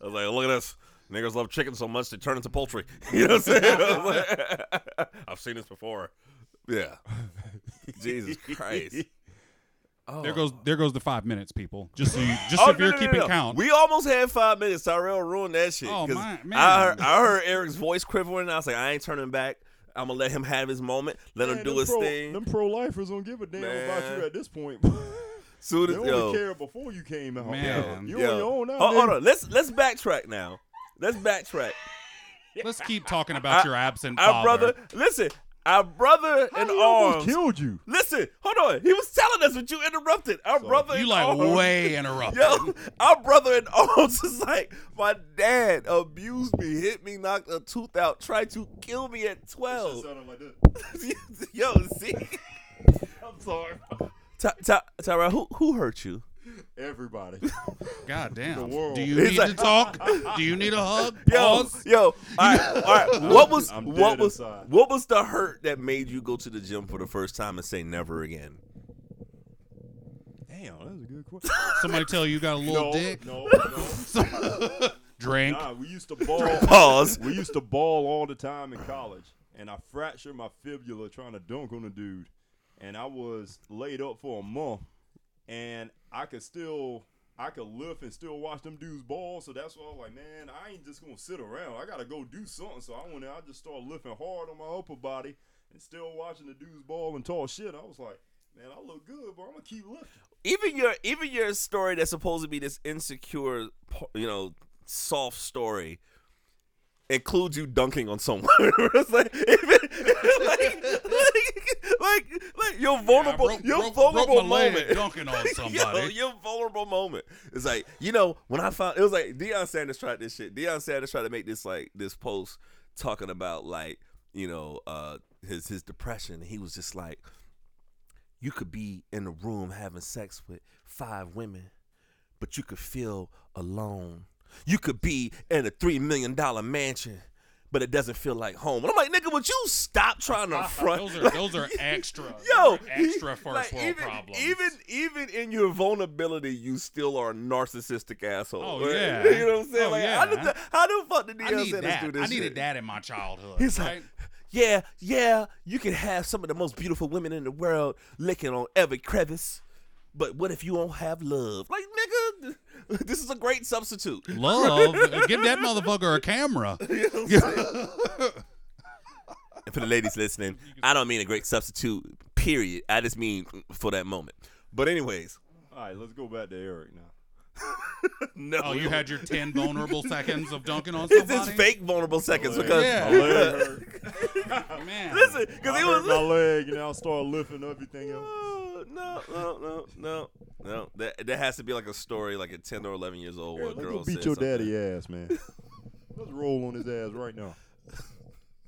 I was like, look at this. Niggas love chicken so much they turn into poultry. You know what I'm saying? I was like, I've seen this before. Yeah. Jesus Christ.
There goes there goes the five minutes, people. Just so you, just
Oh,
if you're
no, no, no,
keeping
no.
count.
We almost had five minutes. Tyrell ruined that shit.
Oh,
'cause I
my- man.
heard, I heard Eric's voice quivering. I was like, I ain't turning back. I'm gonna let him have his moment. Let
Man,
him do
them
his
pro-
thing.
Them pro lifers don't give a damn about
Man.
you at this point.
Soon
they
as
only
yo,
cared before you came out.
Man.
you
yo.
on your own now.
Hold, hold
nigga.
on. Let's let's backtrack now. Let's backtrack.
Let's keep talking about
I-
your absent
Our
father.
brother, listen. Our brother
How
in
you almost
arms.
killed you.
Listen, hold on. He was telling us, but you interrupted. Our brother
You
in
like
arms.
way interrupted.
Yo, our brother in arms is like, my dad abused me, hit me, knocked a tooth out, tried to kill me at 12. Yo, see?
I'm sorry.
Ty- Ty- Tyra, who, who hurt you?
Everybody.
God damn.
world.
Do you
He's
need
like-
to talk? Do you need a hug?
Yo,
Pause.
yo, all right, all right. What was
I'm dead
what was
inside.
what was the hurt that made you go to the gym for the first time and say never again?
Damn, that's a good question.
Somebody tell you you got a little
no,
dick.
no, no.
Drink.
Nah, we used to ball.
Pause.
we used to ball all the time in college, and I fractured my fibula trying to dunk on a dude, and I was laid up for a month, and I could still. I could lift and still watch them dudes ball, so that's why I was like, man, I ain't just gonna sit around. I gotta go do something. So I went out, I just started lifting hard on my upper body and still watching the dudes ball and talk shit. I was like, man, I look good, but I'm gonna keep lifting.
even your even your story that's supposed to be this insecure, po- you know, soft story includes you dunking on someone. it's like, even, like, like, like, like your vulnerable,
broke-
your
broke- broke
vulnerable
my leg
moment,
dunking on
Yo,
somebody.
your vulnerable moment. It's like you know when I found it was like Deion Sanders tried this shit. Deion Sanders tried to make this like this post talking about like you know uh his his depression. He was just like you could be in a room having sex with five women, but you could feel alone. You could be in a three million dollar mansion, but it doesn't feel like home. And I'm like, nigga, would you stop trying to front?
Those are those are extra.
Yo,
Those are extra
he-
first
like,
world
even,
problems.
Even even in your vulnerability, you still are a narcissistic asshole.
Oh,
right?
yeah.
you know what I'm saying?
Oh,
like,
yeah.
how, did the, how the fuck did
I
Deion
need
Sanders do
that.
this?
I needed
shit?
that in my childhood.
He's
right?
like, yeah, yeah, you can have some of the most beautiful women in the world licking on every crevice, But what if you don't have love? Like, nigga, this is a great substitute.
Love, give that motherfucker a camera.
And for the ladies listening, I don't mean a great substitute, period. I just mean for that moment. But anyways,
All right, let's go back to Eric now.
no.
Oh, you had your ten vulnerable seconds of dunking on
This
somebody.
is fake vulnerable seconds
Leg.
because
Yeah.
My leg hurt.
Oh, man.
listen, because
I
he
hurt
was
my leg, and I started lifting everything else.
No, no, no, no, no. That that has to be like a story, like a ten or eleven years old. Where a
Let's
girl
go beat
said
your
something.
daddy ass, man. Let's roll on his ass right now.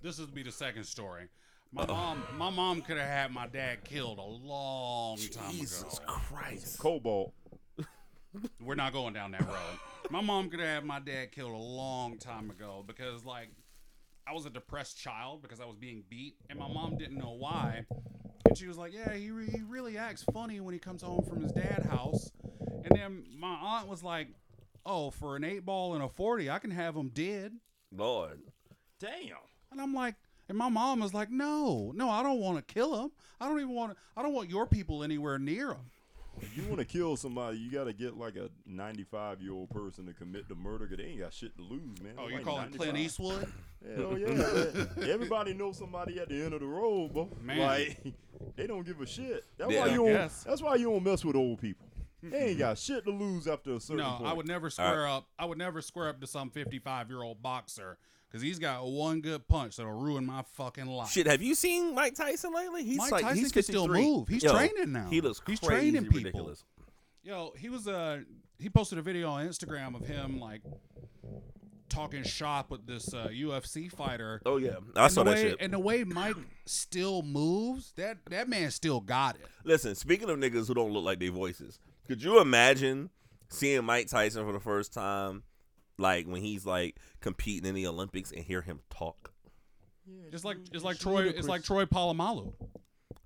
This would be the second story. My mom, my mom could have had my dad killed a long time
Jesus
ago.
Christ!
Cobalt.
We're not going down that road. my mom could have had my dad killed a long time ago because, like, I was a depressed child because I was being beat, and my mom didn't know why. And she was like, "Yeah, he, re- he really acts funny when he comes home from his dad house." And then my aunt was like, "Oh, for an eight ball and a forty, I can have him dead."
Lord,
Damn.
And I'm like, and my mom was like, no, no, I don't want to kill him. I don't even want to, I don't want your people anywhere near him.
If you want to kill somebody, you got to get like a 95 year old person to commit the murder because they ain't got shit to lose, man.
Oh,
They're
you're
like
calling Clint
95.
Eastwood?
Hell yeah. man. Everybody knows somebody at the end of the road, bro.
Man.
Like, they don't give a shit. That's,
Yeah,
why
I
you don't,
guess.
that's why you don't mess with old people. They ain't got shit to lose after a certain
No,
point.
I would never square up. I would never square up to some 55 year old boxer because he's got one good punch that'll ruin my fucking life.
shit! Have you seen Mike Tyson lately? He's
Mike
like
Tyson
he's
can still
53.
move. He's training now.
He looks
He's
crazy
training people.
ridiculous.
Yo, he was uh he posted a video on Instagram of him like talking shop with this uh, UFC fighter.
Oh yeah, I
And
saw
the
that
way,
shit.
And the way Mike still moves, that that man still got it.
Listen, speaking of niggas who don't look like their voices, could you imagine seeing Mike Tyson for the first time, like when he's like competing in the Olympics and hear him talk?
It's like it's like Troy it's like Troy Polamalu.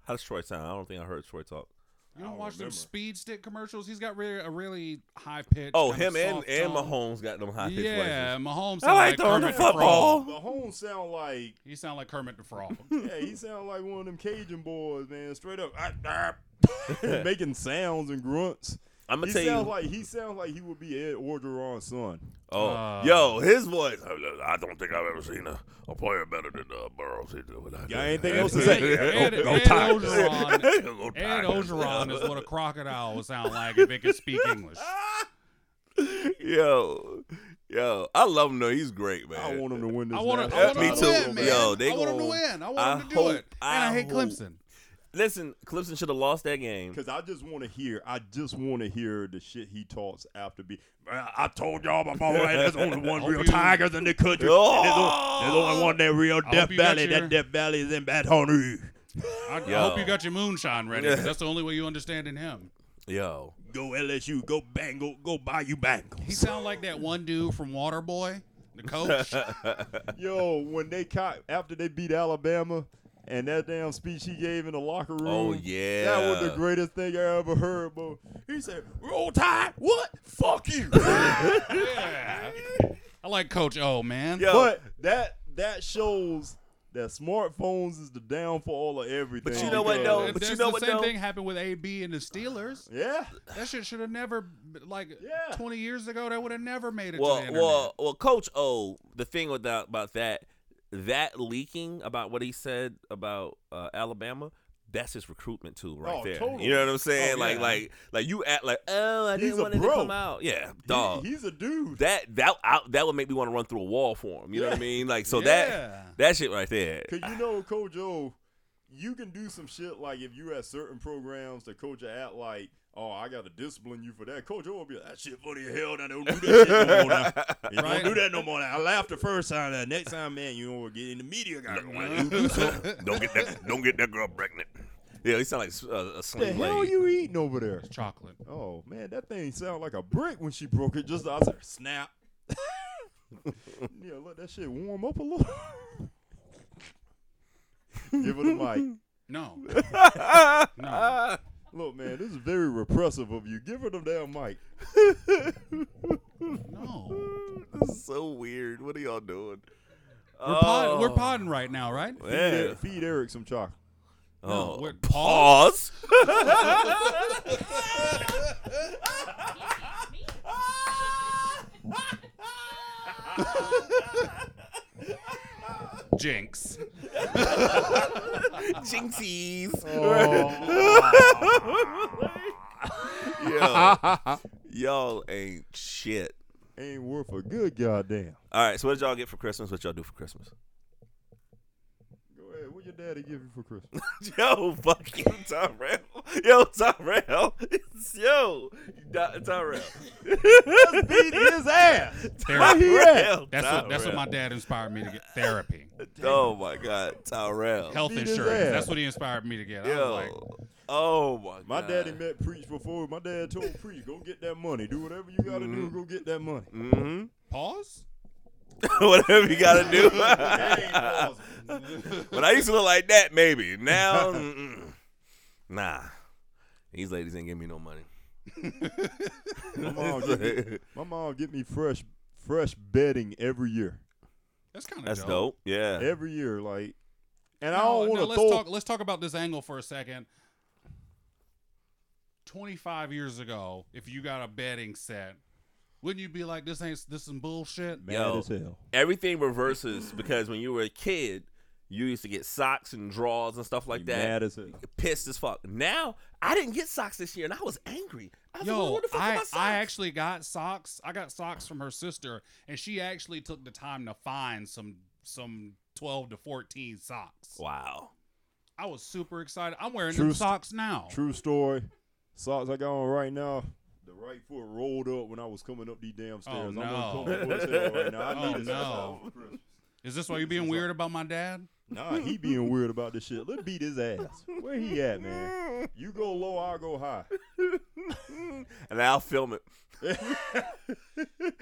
How does Troy sound? I don't think I heard Troy talk.
You don't
don't
watch
remember.
those speed stick commercials. He's got really, a really high pitch.
Oh, him and and Mahomes got them high pitched
Yeah, Mahomes.
I
sound
like
like
throwing the
Kermit the
football.
Frog.
Mahomes sound like
He sound like Kermit the Frog.
yeah, he sound like one of them Cajun boys, man. Straight up, "Ah, ah," making sounds and grunts.
I'm gonna
he
tell
sounds
you.
like he sounds like he would be Ed Orgeron's son.
oh,
Uh,
yo, his voice. I don't think I've ever seen a, a player better than uh, Burrows.
Got anything else to
say? Ed- Ed
Tigers.
Orgeron-
Go
Ed
Tigers.
Ogeron is what a crocodile would sound like if it could speak English.
Yo, yo, I love him though. He's great, man.
I want him to win this.
I want to.
national
I want
Me
him to
too.
win, man.
Yo, they
I want him to
gonna-
win. I want
I
him to do
hope-
it. And I,
I
hate
hope-
Clemson.
Listen, Clemson should have lost that game.
Cause I just want to hear, I just want to hear the shit he talks after. Be, "Man, I told y'all before, man, there's only one real
you-
tigers in the country. and there's, only, there's only one that real Death
you got
Valley.
your-
That Death Valley is in Baton Rouge.
I, I
Yo.
hope you got your moonshine ready. 'cause That's the only way you understand in him.
Yo,
Go LSU, go bang, go, go buy you bangles.
He sound like that one dude from Waterboy, the coach.
Yo, when they caught after they beat Alabama and that damn speech he gave in the locker room.
Oh,
That was
yeah.
Mm-hmm. the greatest thing I ever heard, bro. He said, Roll Tide, what? Fuck you.
yeah. I like Coach O, man.
Yo.
but that that shows that smartphones is the downfall of everything.
But you know what, though?
because-
And
But you
that's
know
the
what,
same
though?
thing happened with AB and the Steelers.
Yeah.
That shit should have never, like,
Yeah.
20 years ago, that would have never made it to the
well,
internet.
well, well, Coach O. The thing about about that that leaking about what he said about uh, Alabama. That's his recruitment tool right
Oh,
there.
totally.
You know what I'm saying?
Oh,
like,
yeah.
like, like you act like, oh, I
He's
didn't
a
want it to
bro.
come out. Yeah, dog.
He- he's a dude.
that that out that would make me want to run through a wall for him. You know what I
Yeah.
mean? Like, so
Yeah.
that that shit right there.
Cause you know, Coach O, you can do some shit like if you at certain programs, the coach will act like, "Oh, I got to discipline you for that." Coach O will be like, "That shit funny as hell. Now don't do that shit no more. Now. You
Right.
don't do that no more. Now. I laughed the first time. That next time, man, you don't get in the media. Got
don't get that don't get that girl pregnant. Yeah, he sound like uh, a
the
sling
hell
blade.
you eating over there?
Chocolate.
Oh man, that thing sound like a brick when she broke it. Just I said, snap. yeah, let that shit warm up a little. Give it a mic.
No. no.
Ah.
Look, man, this is very repressive of you. Give her the damn mic.
No.
This is so weird. What are y'all doing? Oh.
We're, pod- we're podding right now, right?
Feed,
Yeah.
Eric, feed Eric some chocolate.
Oh,
we're-
pause. Hitchhiking tease. yo, y'all ain't shit.
Ain't worth a good goddamn.
All right, so what did y'all get for Christmas? What y'all do for Christmas?
Go ahead. What your daddy give you for Christmas?
Yo, fuck you, Tyrell. Yo, Tyrell. Yo, Ty- Tyrell.
Beat his ass. Where
Therapy.
he at?
Tyrell,
That's what, that's what
Tyrell.
my dad inspired me to get therapy,
Oh my God, Tyrell.
health
Beat his
insurance.
ass.
That's what he inspired me to get. I was like,
Yo. Oh my God.
My daddy met Preach before. My dad told Preach, go get that money. Do whatever you gotta do, go get that money.
hmm
pause.
Whatever you gotta do.
That ain't plausible.
but I used to look like that, maybe. Now, mm-mm. nah. These ladies ain't give me no money.
my, mom give me, my mom get me fresh fresh bedding every year.
That's kind of
That's dope. Yeah.
Every year, like and I
No,
don't
no,
want to
let's
throw
talk. Let's talk about this angle for a second. Twenty-five years ago, if you got a betting set, wouldn't you be like, "This ain't this is bullshit"?
mad
Yo.
as hell.
Everything reverses because when you were a kid, you used to get socks and drawers and stuff like that.
Mad as hell.
pissed as fuck. Now I didn't get socks this year, and I was angry. I was like,
Yo,
what the fuck are my
I,
socks?
I actually got socks. I got socks from her sister, and she actually took the time to find some some twelve to fourteen socks.
wow.
I was super excited. I'm wearing
True
them
st-
socks now.
True story. Socks I got on right now. The right foot rolled up when I was coming up these damn stairs. I'm
Oh, no.
uncomfortable as hell right now. I
Oh,
needed some
no.
socks for Christmas.
Is this why you're being weird about my dad?
Nah, he being weird about this shit. Let's beat his ass. Where he at, man? You go low, I'll go high.
And I'll film it.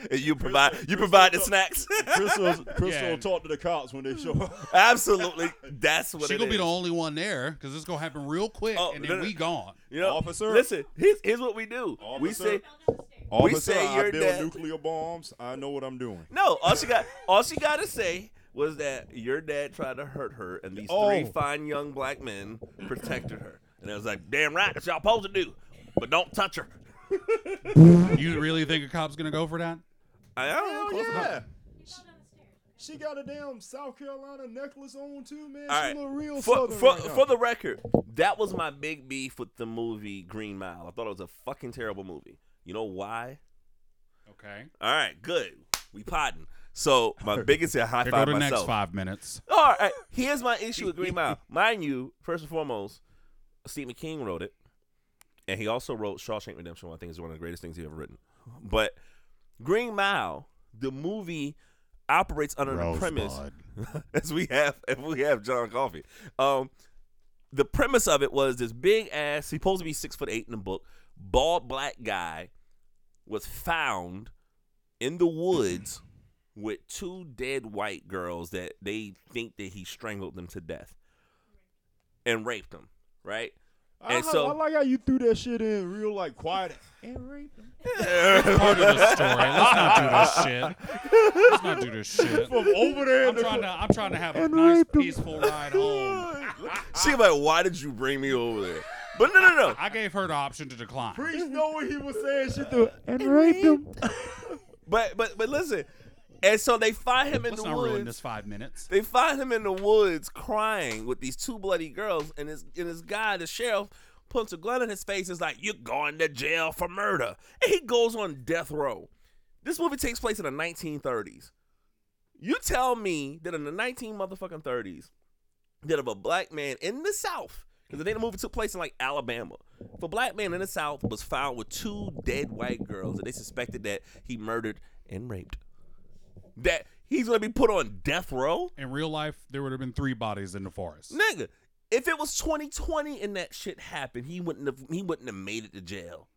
and you provide you provide the snacks.
Crystal, Crystal
Yeah.
will talk to the cops when they show up.
Absolutely, that's what
She
it
gonna be
is.
the only one there because it's gonna happen real quick,
Oh,
and
no,
then
no.
we gone.
You know,
Officer?
Listen, here's, here's what we do. We
Officer?
say
Fell down the stairs.
Officer,
say
I
your
build
dad-
nuclear bombs. I know what I'm doing.
no. All she got all she got to say was that your dad tried to hurt her, and these three
Oh.
fine young black men protected her. And I was like, damn right, that's y'all supposed to do, but don't touch her.
You really think a cop's gonna go for that?
I, I don't know.
Hell
close enough.
yeah.
He fell down the stairs.
She got a damn South Carolina necklace on too, man.
All
she
right.
look real
for,
southern
for,
right now.
for the record, that was my big beef with the movie Green Mile. I thought it was a fucking terrible movie. You know why?
Okay.
All right, good. We potting. So my biggest I high
Here go
five
to the next
myself.
five minutes.
All right, here's my issue with Green Mile. Mind you, first and foremost, Stephen King wrote it, and he also wrote Shawshank Redemption. which I think is one of the greatest things he ever written. But Green Mile, the movie, operates under the premise as we have if we have John Coffey. Um, the premise of it was this big ass, he's supposed to be six foot eight in the book, bald black guy was found in the woods with two dead white girls that they think that he strangled them to death and raped them, right?
I,
and
I-
so-
I like how you threw that shit in real like quiet.
Part of the story. Let's not do this shit. Let's not do this shit.
From over there, in
I'm
the
trying to. I'm trying to have a
And
nice,
raped him.
peaceful ride home.
She like, why did you bring me over there? But no, no, no.
I gave her the option to decline.
priest know what he was saying. She threw and raped him.
But but but listen. And so they find him in
Let's
the
not
woods.
ruin this five minutes.
They find him in the woods crying with these two bloody girls, and this and this guy, the sheriff, puts a gun in his face. Is like, "You're going to jail for murder," and he goes on death row. This movie takes place in the 1930s. You tell me that in the 19 motherfucking 30s, that if a black man in the South, because I think the movie took place in like Alabama, if a black man in the South was found with two dead white girls and they suspected that he murdered and raped, that he's gonna be put on death row.
In real life, there would have been three bodies in the forest.
Nigga, if it was 2020 and that shit happened, he wouldn't have he wouldn't have made it to jail.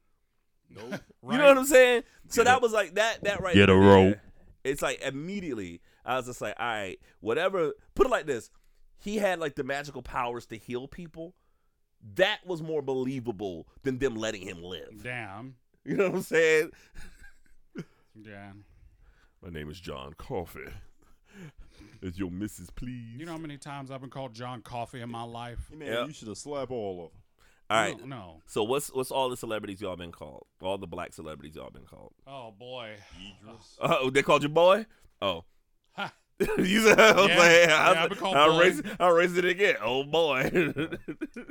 Right?
You know what I'm saying? So that was like that that right.
Get a
there.
rope.
It's like immediately I was just like, all right, whatever. Put it like this: he had like the magical powers to heal people. That was more believable than them letting him live.
Damn.
You know what I'm saying?
Yeah.
My name is John Coffee. Is your missus, please?
You know how many times I've been called John Coffee in my life?
Man,
Yep.
you should have slapped all of them.
all right.
No. no.
So what's what's all the celebrities y'all been called? All the black celebrities y'all been Uh, called?
Oh boy.
Oh, they called you boy? Oh.
Ha.
you said, I was
Yeah.
like,
Yeah,
I
I've
was
been
like,
called
I'll
boy.
raise, I'll raise it again. Oh boy.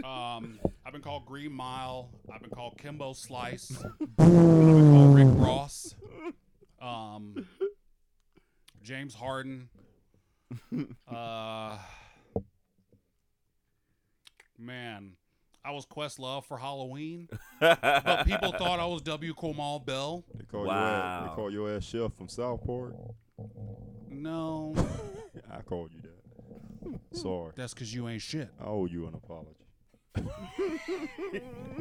Um, I've been called Green Mile. I've been called Kimbo Slice. I've been called Rick Ross. Um, James Harden. Uh, man, I was Questlove for Halloween, but people thought I was W. Comal Bell.
They call your ass,
Wow.
they call your ass chef from Southport.
No,
I called you that. Sorry,
that's because you ain't shit.
I owe you an apology.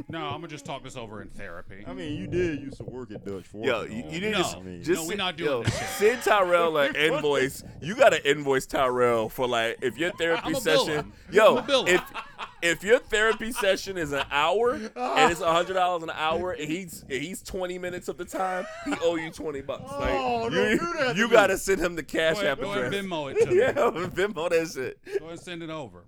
No, I'm gonna just talk this over in therapy.
I mean, you did used to work at Dutch Fork.
Yo, you, you need
No.
to
I mean,
just
No, we
send-
not doing
yo,
this shit.
Send Tyrell an invoice. You got to invoice Tyrell for like if your therapy
I'ma bill
session.
him.
Yo,
I'ma bill him.
if if your therapy session is an hour and it's hundred dollars an hour, and he's and he's twenty minutes of the time. He owe you twenty bucks. Like,
Oh,
you,
don't do that to
You
me.
got to send him the cash
Go ahead,
app
go ahead
address.
and Venmo it to me.
yeah, Venmo that shit.
Go ahead and send it over.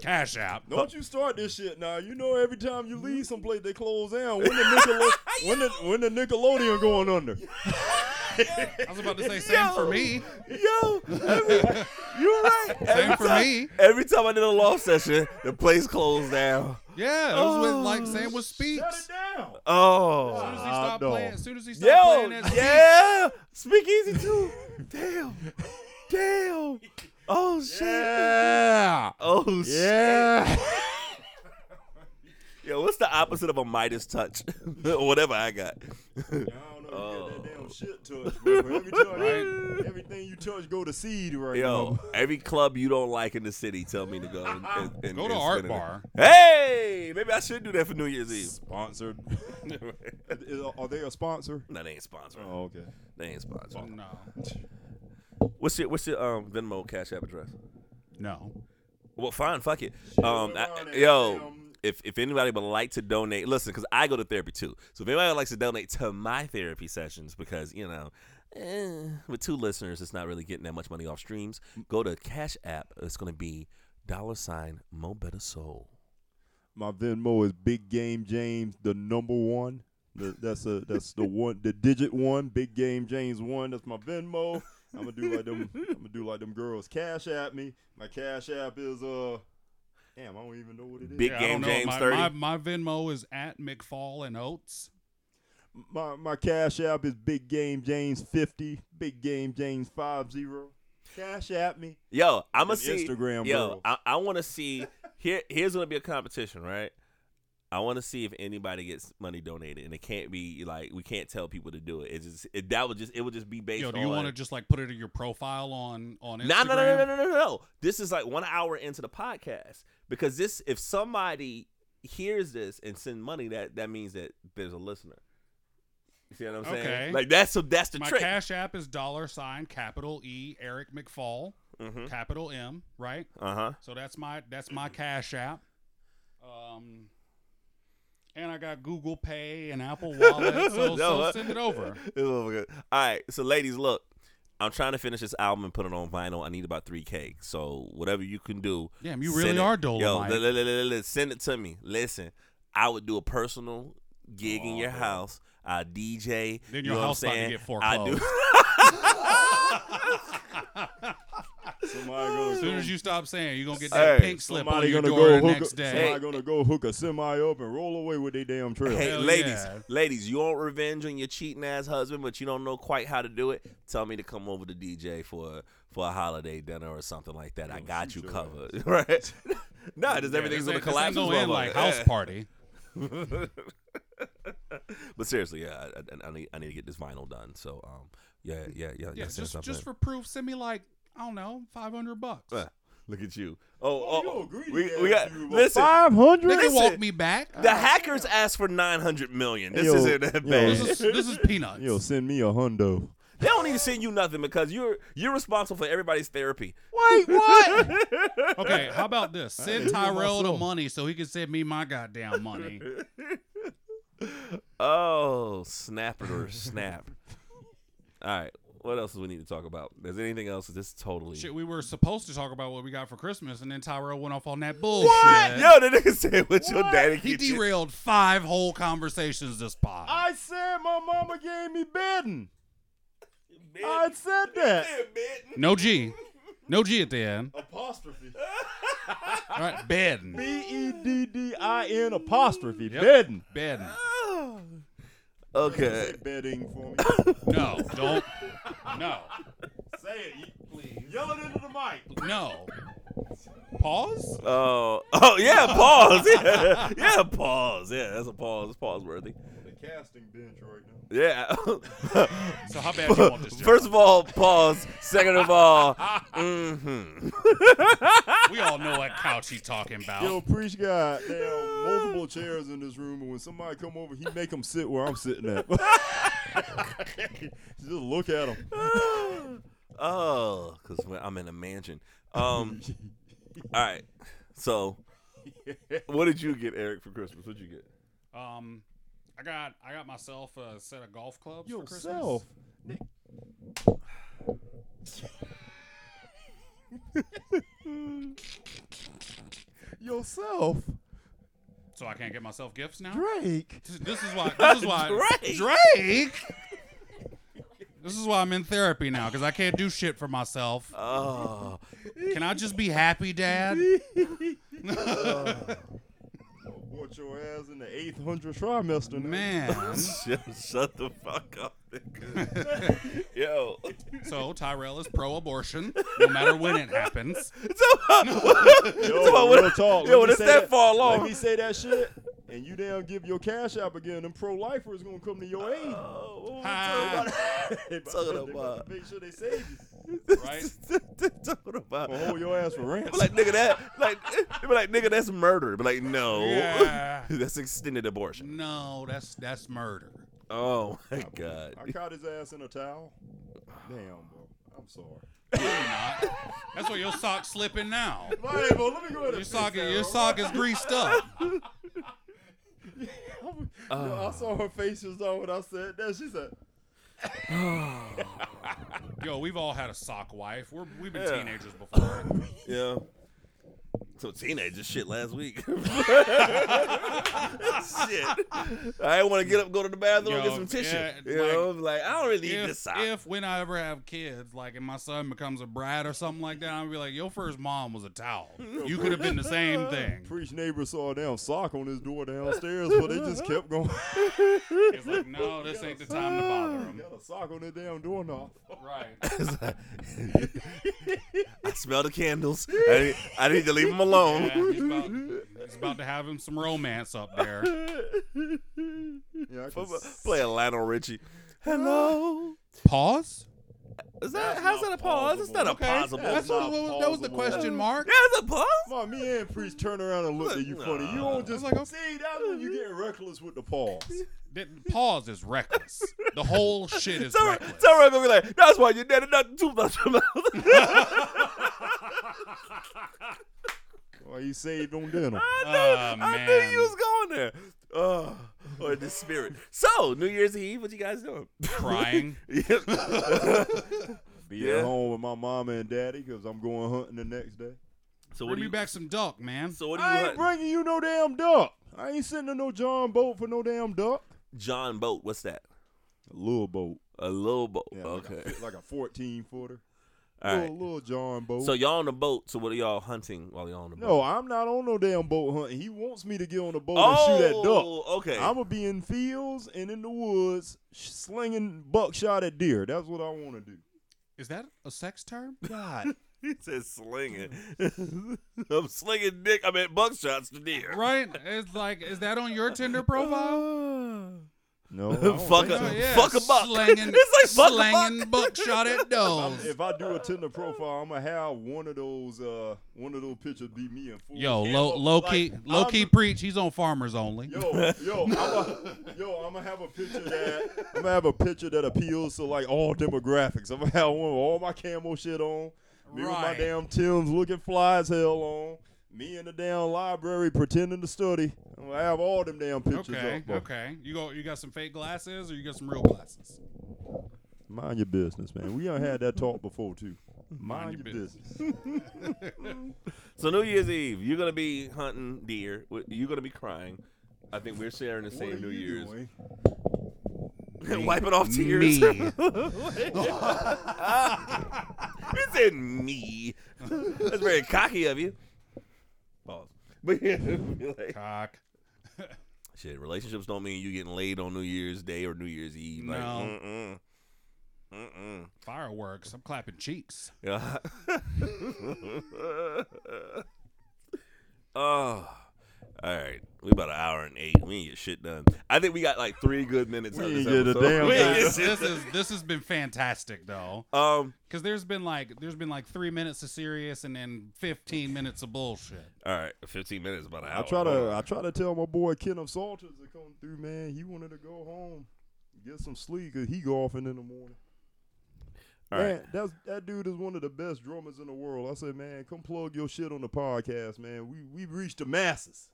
Cash app.
Don't you start this shit now. You know every time you leave someplace they close down. When the Nickel- when the when the Nickelodeon going under?
I was about to say same for me.
Yo, I mean, you're right. Every
for
time-
me.
Every time I did a law session, the place closed down.
Yeah, it was with like Sam was speaks. As
down.
Oh,
soon as he
Ah,
stopped
no.
playing, as soon as he stopped
Yo,
playing that speech,
yeah, speak easy too. Damn, damn. Oh shit.
Yeah.
Oh shit.
Yeah.
Yo, what's the opposite of a Midas touch, or whatever I got?
I don't know if you get that damn shit touch, bro. but Every time,
Right.
Everything you touch go to seed right
Yo,
now.
every club you don't like in the city, tell me to go. And, and, and-
go
and
to Art
spend it.
Bar.
Hey, maybe I should do that for New Year's Eve.
Sponsored. Is- Are they a sponsor?
no, they ain't sponsored.
Oh, okay.
They ain't sponsored.
No,
What's your What's your um Venmo Cash App address?
no.
Well, fine, fuck it.
Shit,
Um,
we're
I-
on Um, it,
yo,
damn.
if if anybody would like to donate, listen, because I go to therapy too. So if anybody likes to donate to my therapy sessions, because you know, eh, with two listeners, it's not really getting that much money off streams. Go to Cash App. It's gonna be dollar sign Mo Better Soul.
My Venmo is Big Game James, the number one. The, that's a that's the one the digit one, Big Game James one. That's my Venmo. I'm gonna do like them. I'm gonna do like them girls. Cash app me. My cash app is uh, damn, I don't even know what it is.
Big
Yeah, I
Game
don't know.
James
my,
30.
My, my Venmo is at McFall and Oates.
My my cash app is Big Game James fifty. Big Game James five zero. Cash app me.
Yo, I'm gonna
an
see.
Instagram
yo,
girl.
I, I want to see. Here, here's gonna be a competition, right? I want to see if anybody gets money donated, and it can't be like we can't tell people to do it. It's just it, that would just it would just be based.
Yo, do
on,
you want to just like put it in your profile on on Instagram?
No, no, no, no, no, no, no, no. This is like one hour into the podcast because this, if somebody hears this and send money, that that means that there's a listener. You see what I'm saying?
Okay.
Like that's so that's the
My
trick.
cash app is dollar sign capital E Eric McFall
Mhm.
capital M right.
Uh huh.
So that's my that's my cash app. Um, and I got Google Pay and Apple Wallet. So,
No,
so
uh,
send it over.
Oh, my God. All right, so ladies, look, I'm trying to finish this album and put it on vinyl. I need about three k. So whatever you can do,
Damn, you
send
really
it.
are
Yo,
Dolomite.
li- li- li- li- li- send it to me. Listen, I would do a personal gig in your house. I DJ.
Then
you
your
know what
house
I'm
about to
saying?
get
I do.
foreclosed.
Somebody gonna
As soon as
go-
you stop saying, you're gonna get that
Hey,
pink slip on
somebody
your
gonna
door
go
the
hook.
next day.
Somebody gonna go hook a semi up and roll away with their damn trailer.
Hey,
Hell
ladies,
yeah.
ladies, you want revenge on your cheating ass husband, but you don't know quite how to do it? Tell me to come over to DJ for for a holiday dinner or something like that. I got you
shoot your
covered, right? no, nah, just
Oh, Yeah,
everything's
this
gonna
ain't-
collapse.
this ain't gonna
as
end
well,
like
but-
house party.
But seriously, yeah, I, I, I need I need to get this vinyl done. So, um, yeah, yeah, yeah,
Yeah,
send
just
something.
just for proof, send me like I don't know, five hundred bucks.
Uh, look at you. Oh, oh,
you
oh,
a greedy
we,
ass
we got
dude, but
listen.
They
hundred.
can
listen,
walk me back.
The hackers asked for nine hundred million. This
Yo,
isn't that
yo,
bad.
this is this is peanuts.
Yo, send me a hundo.
They don't need to send you nothing because you're you're responsible for everybody's therapy.
Wait, what?
Okay, how about this? Send Tyrell the
myself.
money so he can send me my goddamn money.
Oh, snap it or snap. All right. What else do we need to talk about? Is there anything else? This is totally.
Shit, we were supposed to talk about what we got for Christmas, and then Tyrell went off on that bullshit.
Yo, the nigga said, "What your daddy
He
keep you-"
derailed five whole conversations this pod.
I said my mama gave me bedding.
man.
I said that.
Yeah, man.
No G. No G at the end.
Apostrophe.
All right, Bedden.
B E D D I N apostrophe.
Yep.
Bedden.
Bedden.
Okay.
Bedding for me.
No, don't. No.
Say it. you- Yell it into the mic.
No. Pause?
Oh, oh yeah, pause. Yeah, yeah, pause. Yeah, that's a pause. It's pause worthy.
The casting bench right now.
Yeah.
So how bad do you want this job?
First of all, pause. Second of all, mm-hmm.
we all know what couch he's talking about.
Yo, preach God. Damn, multiple chairs in this room, and when somebody come over, he make them sit where I'm sitting at. Just look at them.
oh, because I'm in a mansion. Um, all right. So, what did you get, Eric, for Christmas? What'd you get?
Um, I got I got myself a set of golf clubs for Christmas.
Yourself. Yourself,
So I can't get myself gifts now.
Drake.
This- This is why. This is why.
Drake.
Drake. This is why I'm in therapy now because I can't do shit for myself.
Oh,
Can I just be happy, Dad?
Bought your ass in the eighth hundred trimester, nigga.
Man.
shut, shut the fuck up, nigga. Yo.
So Tyrell is pro-abortion, no matter when it happens.
Yo,
Come on,
real
when-
talk.
yo,
let
when
me
it's
say
that far along.
Let me say that shit, and you damn give your cash app again. Them pro lifers gonna come to your aid.
Oh,
Ah,
They about-
Talking
they about
about-
to make sure they save you.
right?
talking about.
Gonna hold your ass for ransom.
Be like nigga that like they be like nigga that's murder. Be like no,
Yeah.
that's extended abortion.
No, that's that's murder.
Oh my god.
I caught his ass in a towel. Damn, bro. I'm sorry.
That's why your sock's slipping now.
Hey, bro, let me go ahead
Your
and
sock,
fix that,
your
bro.
sock is greased up.
Yo, I saw her face just on when I said that. She said,
Yo, we've all had a sock wife. We're, we've been
Yeah.
teenagers before.
Yeah. So teenager shit last week. shit. I didn't want to get up, go to the bathroom, and get
Yo,
some tissue.
yeah,
you
like,
know, like I don't really need this
if,
sock.
if when I ever have kids, like, and my son becomes a brat or something like that, I'll be like, your first mom was a towel. You could have been the same thing.
Preach neighbor saw a damn sock on his door downstairs, but they just kept going.
It's like, no, this ain't the time to bother him.
Got a sock on the damn doorknob.
Right.
It's like, I smell the candles. I need, I need to leave them alone.
Oh.
Yeah, he's, about, he's about to have him some romance up there.
Yeah, I can
Play a Lionel Richie. Hello.
Pause?
Is that how's that a pause? It's not a
Okay.
possible.
That's what- that was the question
mark.
Yeah, it's a pause.
Mom, me and Priest turn around and look at you funny. You don't just
like, okay.
see that when you get reckless with the paws.
Pause is reckless. The whole shit is
Tell her,
reckless.
tell her gonna be like, that's why your daddy not too much.
Why you saved on dinner?
Oh,
I
man.
knew you was going there. Oh, or the spirit. So, New Year's Eve, what you guys doing?
Crying.
Be
Yeah.
at home with my mama and daddy because I'm going hunting the next day.
so
Bring me back some duck, man.
So what do you?
I ain't
hunt?
bringing you no damn duck. I ain't sending no John boat for no damn duck.
John boat. What's that?
Little boat.
A little boat.
Yeah, like a-
okay.
Like a, 14 footer.
All right.
Little, little John boat.
So y'all on the boat. So what are y'all hunting while y'all on the boat?
no, I'm not on no damn boat hunting. He wants me to get on the boat
oh,
and shoot at duck.
okay.
I'm gonna be in fields and in the woods sh- slinging buckshot at deer. That's what I want to do.
Is that a sex term?
God,
he says slinging. I'm slinging dick. I mean buckshots to deer.
Right? It's like, is that on your Tinder profile?
no, I don't
Fuck
think
a,
so.
Yeah,
fuck a buck.
Slinging,
it's like fuck
slinging
a buck.
buckshot at
I'm-
does.
If I do a Tinder profile, I'm gonna have one of those, uh, one of those pictures be me and full.
Yo,
camo.
low, low key,
Like,
low
I'm-
key preach. He's on farmers only.
Yo, yo, I'm a, yo, I'm gonna have a picture that I'm gonna have a picture that appeals to like all demographics. I'm gonna have one with all my camo shit on, me with my
Right.
damn Tim's looking fly as hell on, me in the damn library pretending to study. I'm gonna have all them damn pictures
Okay,
up. bro.
okay. You go. You got some fake glasses, or you got some real glasses?
Mind your business, man. We done had that talk before too. Mind,
your
your business.
So New Year's Eve, you're gonna be hunting deer. You're gonna be crying. I think we're sharing the
What
same
are
New
you
Year's.
doing?
Wipe it off tears.
Me.
It said me. That's very cocky of you. Pause. But yeah, be like,
Cock.
shit, relationships don't mean you getting laid on New Year's Day or New Year's Eve. Like,
No.
mm-mm. Mm-mm.
Fireworks. I'm clapping cheeks.
Yeah. oh. All right. We about an hour and eight. We ain't get shit done. I think we got like three good minutes.
We
out of
ain't
this
get a
episode.
damn
We ain't get
This,
shit
this is this has been fantastic though,
done. Um.
because there's been like there's been like three minutes of serious and then 15 minutes of bullshit.
All right. Fifteen minutes is about an hour.
I try
Hold
to
on.
I try to tell my boy Kenneth Salters to come through, man. He wanted to go home, get some sleep, cause he golfing in the morning.
All right.
Man, that's that dude is one of the best drummers in the world. I said, man, come plug your shit on the podcast, man. We we reached the masses.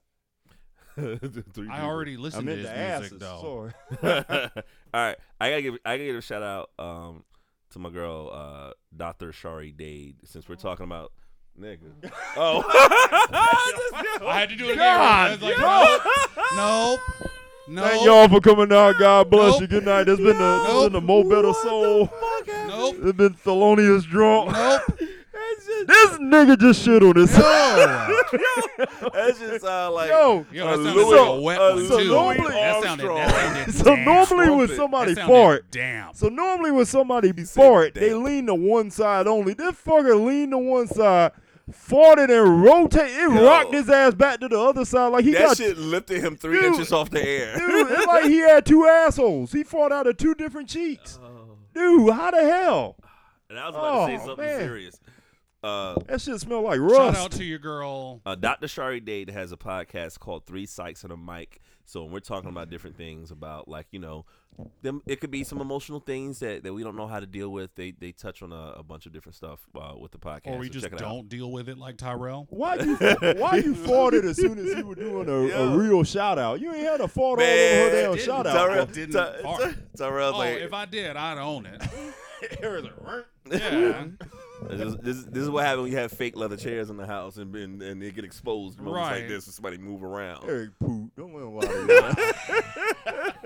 Three
I
people.
already listened
I
to his
meant the
music
asses.
though.
Sorry.
All right. I gotta give I gotta give a shout out um to my girl uh Dr. Shari Dade since we're talking about nigga. Oh.
I had to do it again.
God,
I was like, nope, nope,
Thank y'all for coming out. God bless
Nope.
you. Good night. This been the this
Nope.
been the Mo Better Soul.
nope,
It's been Thelonious Drunk.
nope.
This nigga just shit on his.
That's just uh, like
Yo.
Yo, that
A
sounded
Louis-
like a wet
a
one
Louis
too. that sounded, that sounded
So
damn.
normally when
Trumpet.
somebody
that sounded
fart,
damn.
So normally when somebody
said,
fart, they
"Damn."
lean to one side only. This fucker leaned to one side, farted and rotated. It
Yo.
rocked his ass back to the other side like he
that
got
shit lifted him three
Dude.
inches off the air.
dude. It's like he had two assholes. He fought out of two different cheeks.
Oh.
Dude, how the hell?
And I was about to
Oh,
say something
man.
serious. Uh,
That shit smelled like
Shout out
rust.
to your girl.
uh, Dr. Shari Dade has a podcast called Three Psychs and a Mic. So when we're talking about different things about like you know, them it could be some emotional things that, that we don't know how to deal with. They they touch on a, a bunch of different stuff uh, with the podcast.
Or we
So
just
check it
don't deal with it like Tyrell.
Why you why you farted as soon as you were doing a,
Yo.
a real shout out? You ain't had a fart
Out.
all over her
Man,
damn shout
Tyrell
out.
didn't
Ty-
fart.
Ty- Tyrell's
Oh,
like,
if I did, I'd own it. yeah,
this, is, this, is- this is what happens when you have fake leather chairs in the house and and, and they get exposed moments like
Right.
this when somebody move around.
Eric poop. Don't let him lie to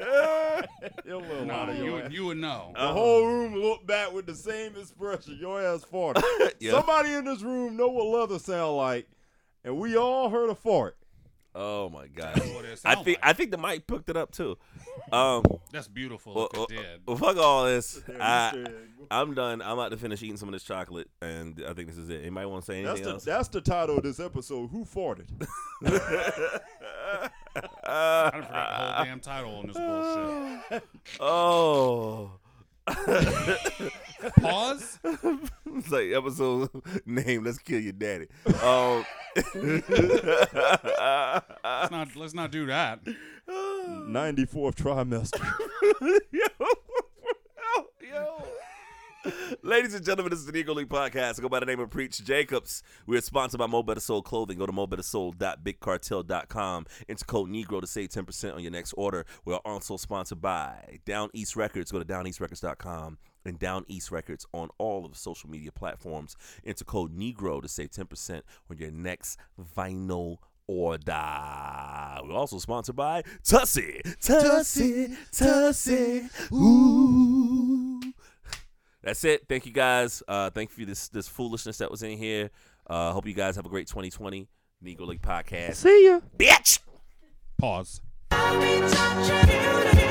you. Don't let him lie
no,
to your
you
ass.
would, you would know.
Uh, Um, Uh-huh.
The whole room looked back with the same expression. Your ass farted.
Yeah.
Somebody in this room know what leather sound like, and we all heard a fart.
Oh my god!
That's what it
I
sound
think
like.
I think the mic picked it up too. Um,
That's beautiful
well, uh,
if it did.
well, fuck all this.
Yeah, you
I,
said-
I'm done. I'm about to finish eating some of this chocolate, and I think this is it. Anybody want to say
that's
anything
the
else?
that's the title of this episode. Who farted?
I done forgot
uh,
the whole damn title on this bullshit.
oh,
Pause.
it's like episode name. Let's kill your daddy. Um,
Let's not let's not do that.
Ninety fourth trimester.
yo, yo. Ladies and gentlemen, this is the Negro League Podcast. I go by the name of Preach Jacobs. We're sponsored by Mo Better Soul Clothing. Go to mobettersoul.bigcartel.com. Enter code Negro to save 10% on your next order. We are also sponsored by Down East Records. Go to downeastrecords.com and Down East Records on all of the social media platforms. Enter code Negro to save 10% on your next vinyl order. We're also sponsored by Tussie. Tussie. Tussie. Ooh. That's it. Thank you guys. Uh, thank you for this this foolishness that was in here. Uh, hope you guys have a great 2020. Negro League Podcast.
See ya.
Bitch.
Pause.
I'll be touching you. Oh,